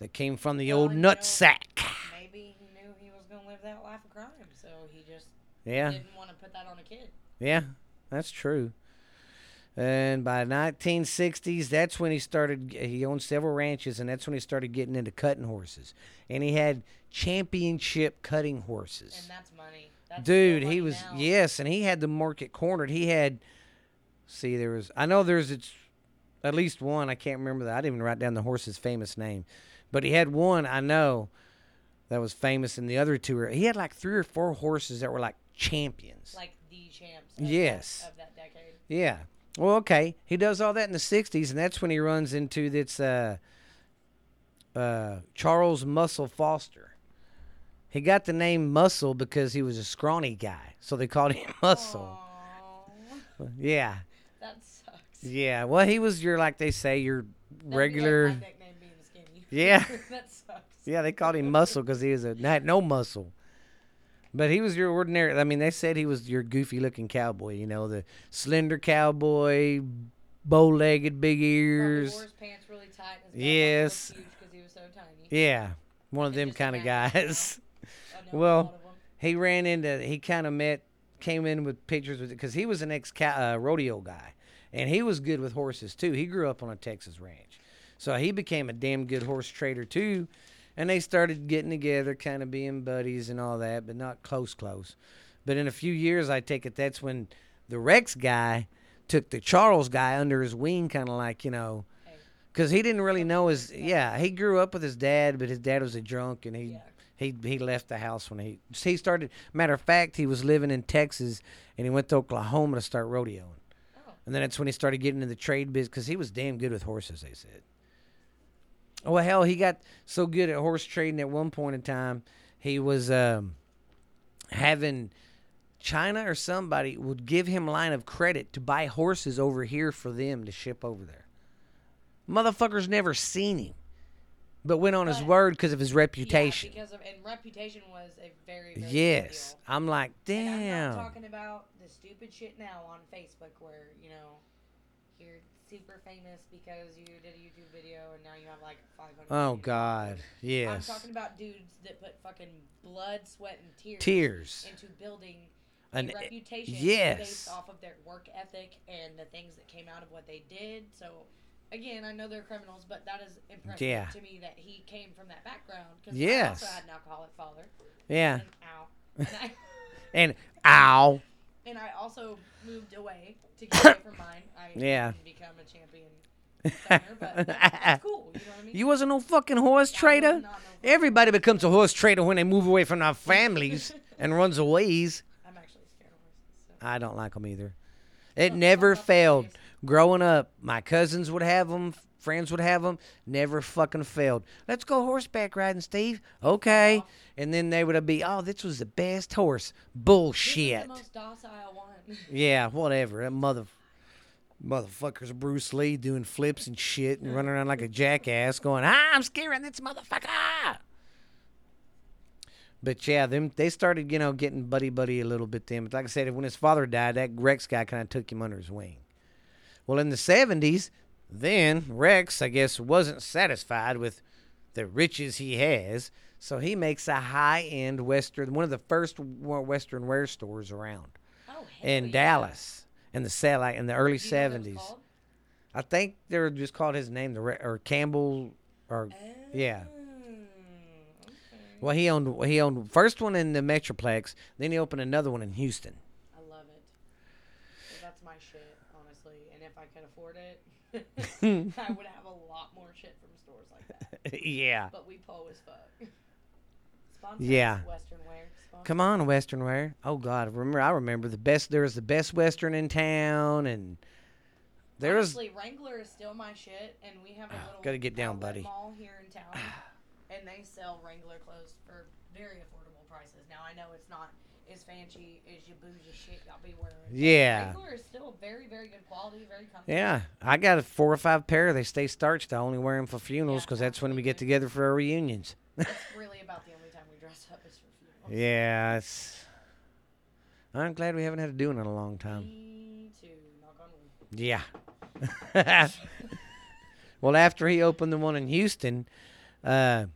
S2: that came from the
S1: Well,
S2: old
S1: you know-
S2: nut sack.
S1: Maybe he knew he was going to live that life of crime, so he just
S2: Yeah.
S1: didn't want to put that on a kid.
S2: Yeah, that's true. And by 1960s, that's when he started. He owned several ranches, and that's when he started getting into cutting horses. And he had championship cutting
S1: And
S2: horses.
S1: that's money. That's still
S2: Dude, he
S1: money
S2: was
S1: now.
S2: yes, and he had the market cornered. He had. See, there was. I know there's it's at least one. I can't remember that. I didn't even write down the horse's famous name, but he had one I know that was famous, and the other two were. He had like three or four horses that were like champions.
S1: Like the champs. Of
S2: Yes.
S1: That, of that decade.
S2: Yeah. Well, okay. He does all that in the '60s, and that's when he runs into this uh, uh, Charles Muscle Foster. He got the name Muscle because he was a scrawny guy, so they called him *laughs* Muscle.
S1: Aw,
S2: Yeah,
S1: that sucks.
S2: yeah. Well, he was your like they say your
S1: That'd be
S2: regular.
S1: Like my nickname being skinny.
S2: *laughs* Yeah.
S1: *laughs* that sucks.
S2: Yeah, they called him Muscle because he was a had no muscle. But he was your ordinary. I mean, they said he was your goofy-looking cowboy. You know, the slender cowboy, bow-legged, big
S1: Years.
S2: ears.
S1: Wore his pants really tight. and his back
S2: Yes.
S1: was huge 'cause he was so tiny.
S2: Yeah, one of
S1: They
S2: them
S1: just don't
S2: kind of
S1: have them now.
S2: guys.
S1: I know a
S2: Well-
S1: lot of 'em.
S2: He ran into, he kind of met, came in with pictures with because he was an ex uh, rodeo guy, and he was good with horses too. He grew up on a Texas ranch, so he became a damn good horse trader too. And they started getting together, kind of being buddies and all that, but not close, close. But in a few years, I take it that's when the Rex guy took the Charles guy under his wing, kind of like you know.
S1: Hey.
S2: Because he didn't really know his, yeah, he grew up with his dad, but his dad was a drunk and he
S1: Yeah.
S2: He he left the house when he he started. Matter of fact, he was living in Texas and he went to Oklahoma to start rodeoing.
S1: Oh.
S2: And then that's when he started getting into the trade biz because he was damn good with horses. They said. Well, hell, he got so good at horse trading at one point in time, he was um, having China or somebody would give him line of credit to buy horses over here for them to ship over there. Motherfucker's never seen him, but went on his
S1: But-
S2: word because of his reputation.
S1: Yeah, because of and reputation was a very, very big
S2: yes,
S1: deal.
S2: I'm like,
S1: And I'm
S2: damn.
S1: not talking about the stupid shit now on Facebook where you know you're super famous because you did a YouTube video and now you have like 500.
S2: oh
S1: million
S2: God,
S1: followers.
S2: yes.
S1: I'm talking about dudes that put fucking blood, sweat, and tears
S2: Tears.
S1: into building
S2: An- e,
S1: a reputation
S2: yes.
S1: based off of their work ethic and the things that came out of what they did. So, again, I know they're criminals, but that is impressive
S2: Yeah.
S1: to me that he came from that background because I
S2: Yes.
S1: also had an alcoholic father.
S2: Yeah,
S1: And, ow. And I, *laughs*
S2: and ow.
S1: and I also moved away to get away from mine. I
S2: *coughs* Yeah.
S1: didn't become a champion. Center,
S2: *laughs*
S1: but that's cool. You know what I mean?
S2: You wasn't no fucking horse
S1: I was
S2: trader.
S1: not no fucking-
S2: Everybody becomes a horse trader when they move away from their families and runs aways.
S1: I'm actually scared of horses. So.
S2: I don't like them either. It
S1: Well,
S2: never
S1: well, that's
S2: failed.
S1: nice.
S2: Growing up, my cousins would have them, friends would have them. Never fucking failed. Let's go horseback riding, Steve. Okay. And then they would be, oh, this was the best horse.
S1: This is
S2: Bullshit.
S1: the most docile one. *laughs*
S2: Yeah, whatever. That mother motherfucker's Bruce Lee doing flips and shit and running around like a jackass going, ah, I'm scaring this motherfucker. But yeah, them they started, you know, getting buddy buddy a little bit then. But like I said, when his father died, that Rex guy kind of took him under his wing. Well, in the seventies, then Rex, I guess, wasn't satisfied with the riches he has, so he makes a high-end Western, one of the first Western wear stores around
S1: Oh, hell
S2: in
S1: yeah.
S2: Dallas in the set like in the early
S1: Do you know what it was
S2: seventies.
S1: called?
S2: I think they were just called his name the Re- or Campbell or Yeah.
S1: Oh, okay.
S2: well he owned he owned first one in the Metroplex, then he opened another one in Houston. *laughs*
S1: I love it. 'Cause That's my shit, honestly. And if I could afford it, *laughs* I would have a lot more shit from stores like that.
S2: yeah.
S1: But we po as fuck. *laughs* Sponsor
S2: Yeah.
S1: us, Western wear. Sponsor.
S2: Come on, Western wear. Oh God, remember I remember the best there was the best Western in town and there was
S1: Honestly, Wrangler is still my shit, and we have a
S2: Ah,
S1: little
S2: gotta get down,
S1: outlet
S2: buddy. Ah.
S1: mall here in town, and they sell Wrangler clothes for very affordable prices. Now I know it's not as fancy as your bougie shit y'all be wearing. but
S2: Yeah.
S1: Wrangler is still very, very good quality, very comfortable.
S2: yeah, I got a four or five pair. They stay starched. I only wear them for funerals
S1: Yeah,
S2: because that's when we get
S1: absolutely.
S2: together for our reunions.
S1: That's really about the only time we dress up is for funerals.
S2: Yeah, it's. I'm glad we haven't had to do it in a long time.
S1: Me
S2: um,
S1: too. Knock on wood.
S2: Yeah. *laughs* well, after he opened the one in Houston, uh,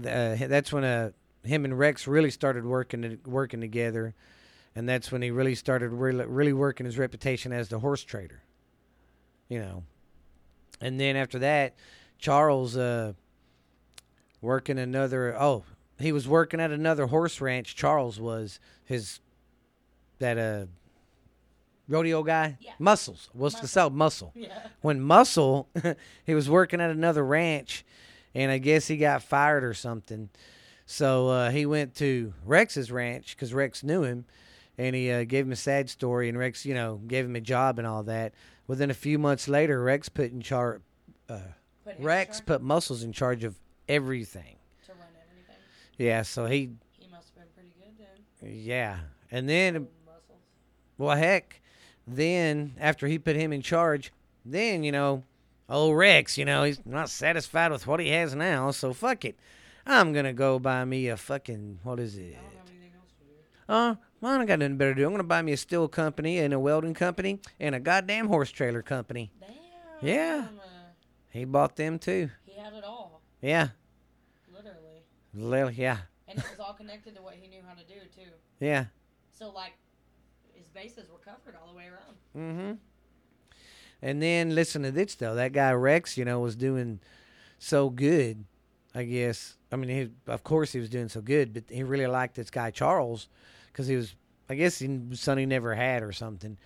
S2: th- uh, that's when uh, him and Rex really started working to- working together, and that's when he really started really, really working his reputation as the horse trader. You know, and then after that, Charles uh, working another. Oh, he was working at another horse ranch. Charles was his that uh rodeo guy.
S1: Yeah.
S2: Muscles was to
S1: Muscle.
S2: sell muscle
S1: Yeah.
S2: when Muscle, *laughs* he was working at another ranch, and I guess he got fired or something. So uh, he went to Rex's ranch because Rex knew him, and he uh, gave him a sad story. And Rex, you know, gave him a job and all that. Within a few months later, Rex put in charge. Uh,
S1: Put him
S2: Rex
S1: in charge
S2: put Muscles in charge of everything.
S1: to run everything.
S2: Yeah, so he,
S1: He must have been pretty good then.
S2: yeah, and then
S1: Old muscles.
S2: Well, heck, then after he put him in charge, then, you know, old Rex, you know, he's not satisfied with what he has now, so fuck it. I'm going to go buy me a fucking, what is it?
S1: I don't have anything else to do.
S2: Uh, well, I don't got nothing better to do. I'm going to buy me a steel company and a welding company and a goddamn horse trailer company.
S1: Damn.
S2: Yeah.
S1: uh,
S2: He bought them too.
S1: he had it all,
S2: Yeah.
S1: literally.
S2: Well, yeah.
S1: And it was all connected to what he knew how to do, too.
S2: Yeah.
S1: So, like, his bases were covered all the way around.
S2: Mm-hmm. And then listen to this though. That guy Rex, you know, was doing so good. I guess. I mean, he, of course he was doing so good, but he really liked this guy Charles because he was. I guess he son he never had or something.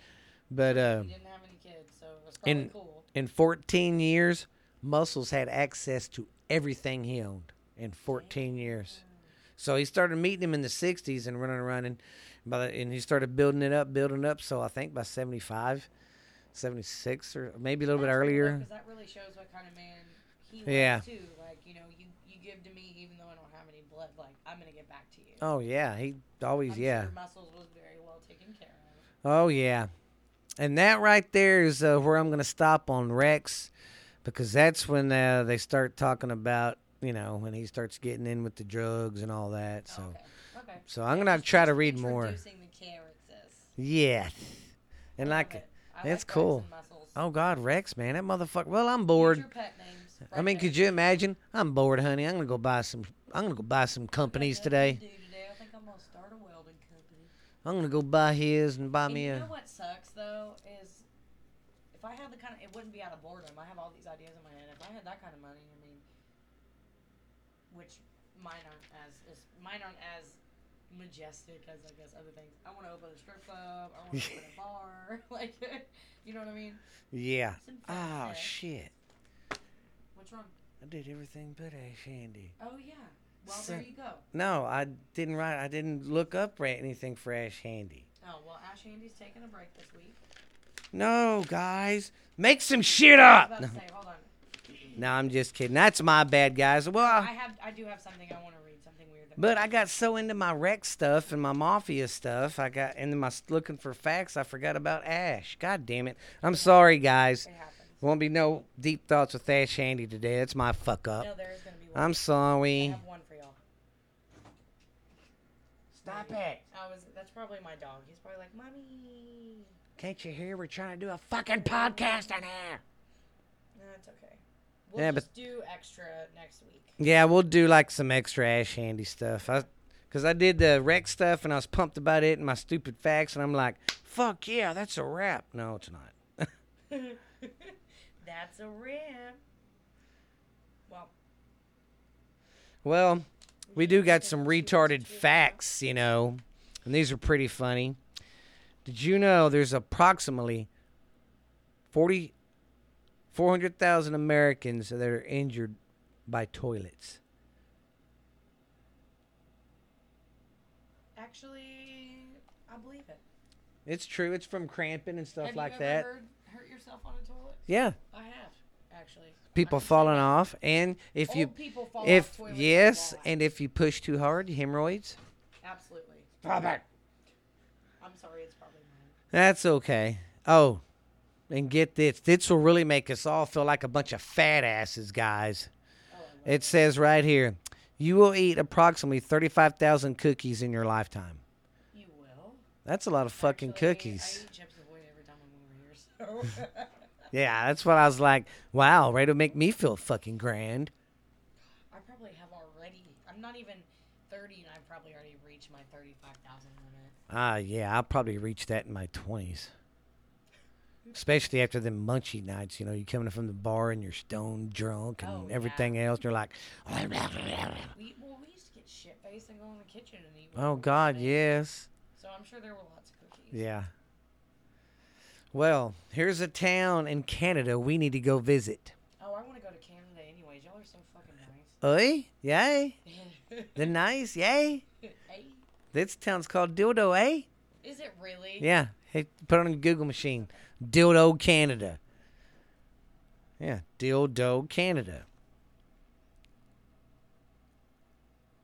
S2: But uh,
S1: He didn't have any kids, so it was probably
S2: And-
S1: cool.
S2: in 14 years, Muscles had access to everything he owned. In 14 years, So he started meeting him in the '60s and running, running, by the, and he started building it up, building up. So I think by '75, '76, or maybe a little bit earlier.
S1: Because that really shows what kind of man he was
S2: Yeah.
S1: too. Like you know, you you give to me even though I don't have any blood. Like I'm gonna give back to you.
S2: Oh yeah, he always
S1: I'm
S2: yeah.
S1: Sure muscles was very well taken care of.
S2: Oh yeah, and that right there is uh, where I'm gonna stop on Rex, because that's when uh, they start talking about you know when he starts getting in with the drugs and all that. So
S1: okay. Oh, Okay.
S2: so I'm
S1: Yeah,
S2: gonna
S1: just
S2: try to
S1: intro-
S2: read more.
S1: Introducing the characters.
S2: Yeah,
S1: I
S2: and
S1: love
S2: like
S1: it. I like
S2: that's
S1: backs
S2: cool.
S1: and muscles.
S2: oh god, Rex man, that motherfucker. Well, I'm bored.
S1: Future pet names
S2: I
S1: right
S2: mean,
S1: there.
S2: could you imagine? I'm bored, honey. I'm gonna go buy some. I'm gonna go buy some
S1: Got
S2: companies
S1: nothing to
S2: today.
S1: do today. I think I'm gonna start a welding company.
S2: I'm gonna go buy his and buy
S1: And
S2: me
S1: you
S2: a.
S1: know what sucks though is if I had the kind of it wouldn't be out of boredom. I have all these ideas in my head. If I had that kind of money, I mean, which mine aren't as is, mine aren't as majestic as I guess other things. I want to open a strip club. I want
S2: *laughs*
S1: to open a bar. *laughs* Like, you know what I mean?
S2: Yeah.
S1: Some fun
S2: Oh
S1: shit.
S2: shit!
S1: What's wrong?
S2: I did everything but a shandy.
S1: Oh yeah. Well, there
S2: Sick.
S1: you go.
S2: No, I didn't write. I didn't look up ra- anything for Ash Handy.
S1: Oh well, Ash Handy's taking a break this week.
S2: No, guys, make some shit
S1: I was about
S2: up. Ah, No,
S1: to say, hold on.
S2: no, I'm just kidding. That's my bad, guys. Well,
S1: I
S2: I,
S1: have, I do have something I want to read. Something weird. that-
S2: Ah. but I got so into my wreck stuff and my mafia stuff. I got into my s- looking for facts. I forgot about Ash. God damn it. I'm sorry, guys.
S1: it happens.
S2: Won't be no deep thoughts with Ash Handy today. That's my fuck up.
S1: No, there is gonna be one.
S2: I'm
S1: I
S2: sorry.
S1: have one for y'all.
S2: Stop it.
S1: I was. That's probably my dog. He's probably like, "Mommy."
S2: Can't you hear? We're trying to do a fucking podcast in here.
S1: No, it's okay. We'll
S2: Yeah, but-
S1: just do extra next week. *laughs*
S2: Yeah, we'll do like some extra Ash Handy stuff. I, cause I did the wreck stuff and I was pumped about it and my stupid facts and I'm like, fuck yeah, that's a wrap. No, it's not.
S1: that's a wrap. Well,
S2: Well, we do got some retarded
S1: facts.
S2: facts, you know, and these are pretty funny. Did you know there's approximately 40, 400,000 Americans that are injured by toilets?
S1: Actually, I believe it.
S2: It's true. It's from cramping and stuff
S1: have
S2: like
S1: you ever
S2: that.
S1: Heard, hurt yourself on a toilet?
S2: Yeah,
S1: I have, actually.
S2: people
S1: I can say
S2: falling
S1: that.
S2: off, and if
S1: Old
S2: you
S1: people fall off
S2: If
S1: toilets and
S2: yes,
S1: fall out.
S2: and if you push too hard, hemorrhoids.
S1: absolutely. I'm sorry, it's probably mine.
S2: That's okay. Oh, and get this. This will really make us all feel like a bunch of fat asses, guys.
S1: Oh, I love
S2: It says right here, you will eat approximately thirty-five thousand cookies in your lifetime.
S1: it. you will.
S2: That's a lot of fucking
S1: Actually,
S2: cookies.
S1: I eat chips ahoy every time I'm over here. So. *laughs*
S2: Yeah, that's what I was like. Wow, way to make me feel fucking grand.
S1: I probably have already. I'm not even 30, and I've probably already reached my 35,000 limit.
S2: Ah, yeah, I'll probably reach that in my twenties. Especially after them munchie nights, you know, you're coming from the bar and you're stone drunk and
S1: Oh, yeah.
S2: everything else. You're like, *laughs*
S1: We well, we used to get shit faced and go in the kitchen and eat. whatever
S2: oh
S1: we
S2: God,
S1: wanted.
S2: yes,
S1: So I'm sure there were lots of cookies.
S2: yeah. Well, here's a town in Canada we need to go visit.
S1: Oh, I want to go to Canada anyways. Y'all are so fucking
S2: *laughs*
S1: nice.
S2: Oi, yay,
S1: hey,
S2: the nice, yay. This town's called Dildo, eh?
S1: is it really?
S2: Yeah, hey, put it on the Google machine, Dildo Canada. Yeah, Dildo Canada.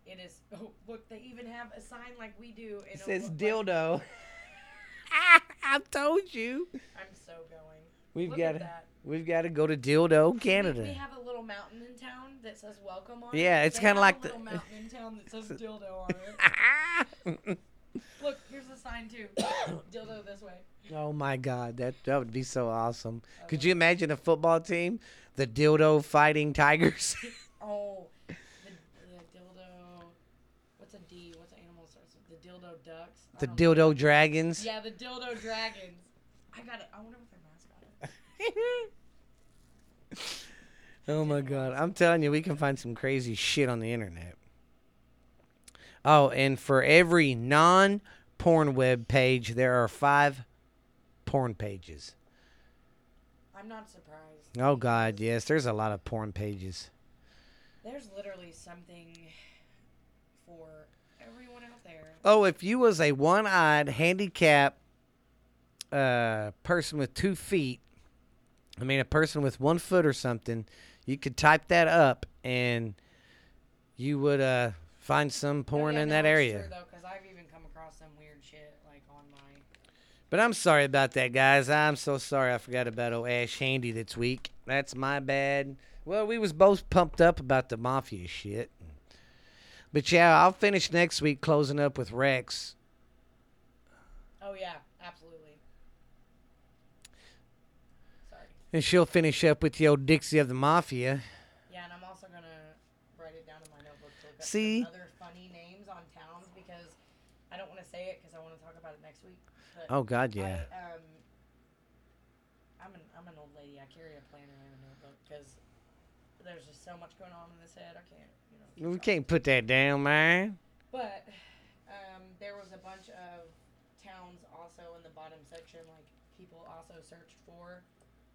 S1: It is. Oh, look, they even have a sign like we do.
S2: It
S1: and a
S2: says
S1: look like-
S2: dildo. *laughs* I told you.
S1: I'm so going.
S2: We've
S1: Look
S2: got
S1: at
S2: to
S1: that.
S2: we've got to go to dildo Canada.
S1: We, we have a little mountain in town that says welcome on it.
S2: Yeah, it's
S1: They
S2: kinda
S1: have a
S2: like the-
S1: little mountain in town that
S2: *laughs*
S1: says dildo on it. *laughs* Look, here's a sign
S2: *coughs*
S1: too. dildo this way.
S2: oh my god, that that would be so awesome.
S1: I
S2: Could
S1: love
S2: you imagine a football team, the dildo fighting tigers? *laughs*
S1: Oh, the, the dildo. What's a D? What's an animal that starts with the dildo ducks? I
S2: the
S1: don't
S2: dildo dragons?
S1: Yeah, the dildo dragons. I got it. I wonder what their mascot is.
S2: *laughs* oh my god, I'm telling you, we can find some crazy shit on the internet. Oh, and for every non porn web page, there are five porn pages.
S1: I'm not surprised.
S2: Oh god, yes, there's a lot of porn pages.
S1: There's literally something for everyone out there.
S2: Oh, if you was a one-eyed, handicapped uh, person with two feet, I mean a person with one foot or something, you could type that up and you would uh, find some porn
S1: Oh, yeah,
S2: in
S1: no,
S2: that
S1: it's
S2: area.
S1: True, though, because I've even come across some weird shit like on my.
S2: But I'm sorry about that, guys. I'm so sorry. I forgot about old Ash Handy that's weak. That's my bad. Well, we was both pumped up about the mafia shit. But yeah, I'll finish next week closing up with Rex.
S1: Oh yeah, absolutely. Sorry.
S2: And she'll finish up with the old Dixie of the Mafia.
S1: Yeah, and I'm also gonna write it down in my notebook to look up
S2: See?
S1: some other funny names on towns because I don't want to say it because I want to talk about it next week. But
S2: Oh God, yeah.
S1: I, um, I'm an I'm an old lady. I carry a planner and a notebook because there's just so much going on in this head. I can't, you know. keep
S2: We
S1: track.
S2: can't put that down, man.
S1: But um, there was a bunch of towns also in the bottom section, like people also searched for,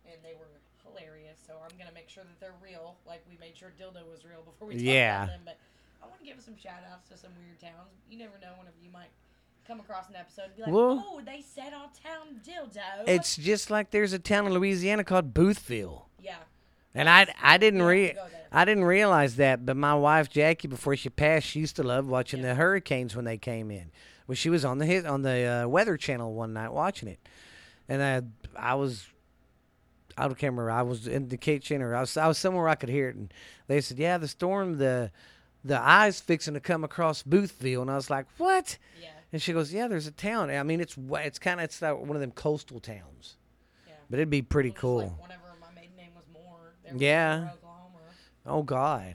S1: and they were hilarious. So I'm gonna make sure that they're real. Like we made sure dildo was real before we talked
S2: Yeah.
S1: about them. But I want to give some shout outs to some weird towns. You never know, one of you might come across an episode and be like,
S2: Well-
S1: "Oh, they said our town dildo."
S2: It's just like there's a town in Louisiana called Boothville.
S1: yeah.
S2: And I, I didn't
S1: we have to
S2: re-
S1: go there.
S2: I didn't realize that, but my wife Jackie, before she passed, she used to love watching
S1: Yeah.
S2: the hurricanes when they came in. Well, she was on the hit, on the uh, Weather Channel one night watching it, and I I was I don't remember I was in the kitchen or I was I was somewhere I could hear it, and they said, "Yeah, the storm the the eye's fixing to come across Boothville," and I was like, "What?"
S1: Yeah.
S2: And she goes, "Yeah, there's a town. I mean, it's wa- it's kind of it's like one of them coastal towns,
S1: Yeah.
S2: but it'd be pretty
S1: Well, just
S2: cool."
S1: Like whenever my maiden name was Moore. there was
S2: Yeah.
S1: Moore, Oklahoma.
S2: Oh God.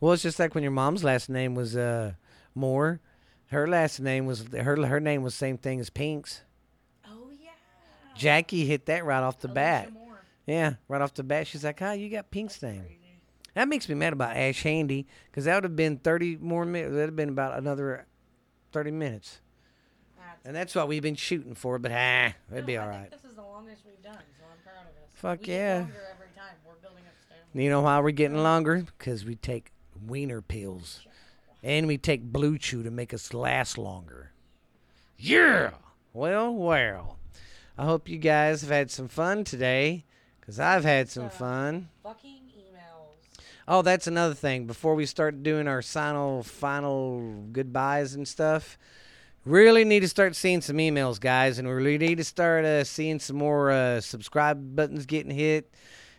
S2: Well, it's just like when your mom's last name was uh, Moore. Her last name was her. Her name was same thing as Pink's.
S1: Oh yeah.
S2: Jackie hit that right off the
S1: Alicia
S2: bat.
S1: Moore.
S2: Yeah, right off the bat, she's like, "Ah, you got Pink's
S1: That's
S2: name."
S1: crazy.
S2: That makes me mad about Ash Handy because that would have been thirty more minutes. That'd have been about another thirty minutes,
S1: That's
S2: and that's what we've been shooting for. But ah, it'd be
S1: No,
S2: all
S1: I
S2: right.
S1: Think this is the longest we've done, so I'm proud of us.
S2: Fuck
S1: we
S2: yeah.
S1: Get longer every time. We're building up stamina.
S2: You know why we're getting longer? Because we take wiener pills, and we take Blue Chew to make us last longer. Yeah. Well, well. I hope you guys have had some fun today, because I've had some fun.
S1: Fucking emails.
S2: Oh, that's another thing. Before we start doing our final, final goodbyes and stuff, really need to start seeing some emails, guys, and we really need to start uh, seeing some more uh, subscribe buttons getting hit,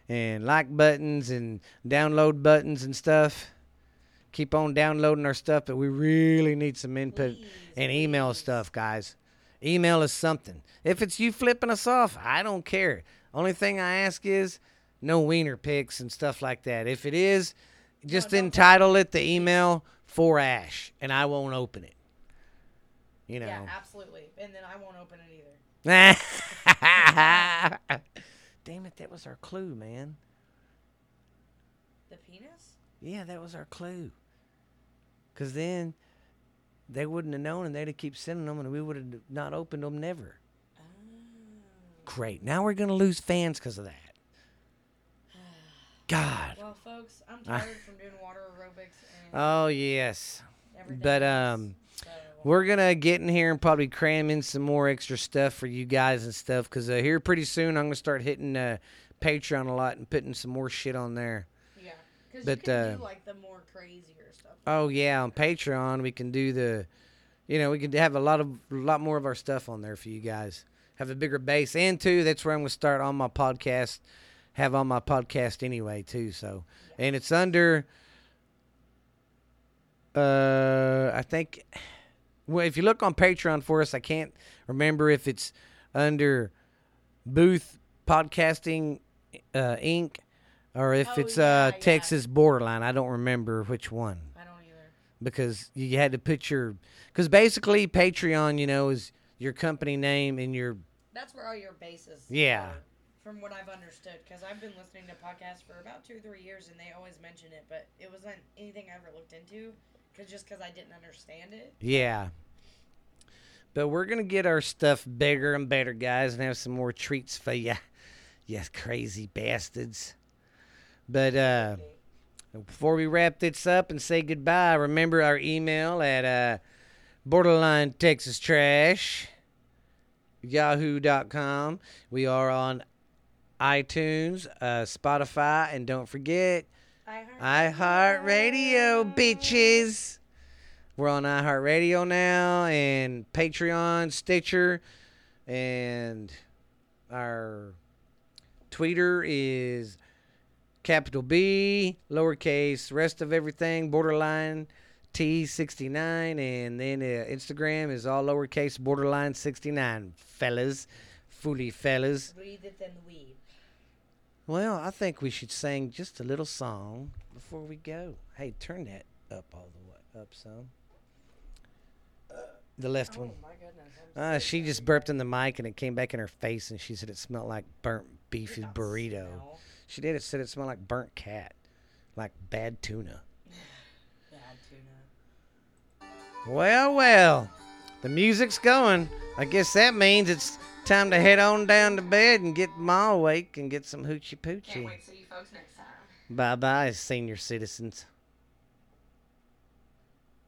S2: and like buttons and download buttons and stuff. Keep on downloading our stuff, but we really need some input
S1: Please,
S2: and email
S1: please.
S2: stuff, guys. Email us something. If it's you flipping us off, I don't care. Only thing I ask is no wiener pics and stuff like that. If it is, just
S1: don't-
S2: entitle it the email for Ash, and I won't open it. You know.
S1: Yeah, absolutely. And then I won't open it either.
S2: *laughs* Damn it, that was our clue, man.
S1: The penis?
S2: Yeah, that was our clue. Because then they wouldn't have known and they'd have keep sending them and we would have not opened them never.
S1: Oh.
S2: Great. Now we're going to lose fans because of that. *sighs* God.
S1: Well, folks, I'm
S2: I-
S1: tired from doing water aerobics and
S2: Oh, yes.
S1: everything.
S2: but,
S1: else,
S2: um,
S1: so,
S2: We're gonna get in here and probably cram in some more extra stuff for you guys and stuff. Cause uh, here pretty soon I'm gonna start hitting uh, Patreon a lot and putting some more shit on there.
S1: yeah, because you
S2: but,
S1: can
S2: uh,
S1: do like the more crazier stuff.
S2: Oh yeah, on Patreon we can do the, you know, we can have a lot of a lot more of our stuff on there for you guys. Have a bigger base, and two, that's where I'm gonna start on my podcast. Have on my podcast anyway too. So, and it's under. Uh, I think, well, if you look on Patreon for us, I can't remember if it's under Booth Podcasting uh, Inc. or if
S1: Oh,
S2: it's
S1: yeah, yeah.
S2: uh, Texas Borderline. I don't remember which one
S1: I don't either.
S2: because you had to put your because basically Patreon, you know, is your company name and your
S1: That's where all your bases.
S2: Yeah.
S1: are, From what I've understood, because I've been listening to podcasts for about two or three years, and they always mention it, but it wasn't anything I ever looked into, cause just because I didn't understand it.
S2: yeah. But we're gonna get our stuff bigger and better, guys, and have some more treats *laughs* for ya, you crazy bastards. But uh, Before we wrap this up and say goodbye, remember our email at uh, borderline Texas trash yahoo.com. We are on iTunes, uh, Spotify, and don't forget iHeartRadio, bitches. We're on iHeartRadio now and Patreon, Stitcher, and our Twitter is capital B, lowercase, rest of everything, borderline T69, and then uh, Instagram is all lowercase, borderline 69, fellas, fully fellas.
S1: Breathe it and weave.
S2: Well, I think we should sing just a little song before we go. Hey, turn that up all the way, up some. The
S4: Oh
S2: left one.
S1: my goodness. I'm
S2: Uh,
S1: so
S2: she
S1: sorry.
S2: just burped in the mic and it came back in her face, and she said it smelled like burnt
S1: Did
S2: beefy
S1: not
S2: burrito.
S1: smell
S2: She did. It said it smelled like burnt cat, like bad tuna.
S1: Bad tuna.
S2: Well, well, the music's going. I guess that means it's time to head on down to bed and get Ma awake and get some hoochie
S4: Can't
S2: poochie.
S4: wait to see you folks next time.
S2: Bye bye, senior citizens.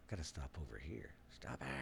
S2: Gotta stop over here. Stop it.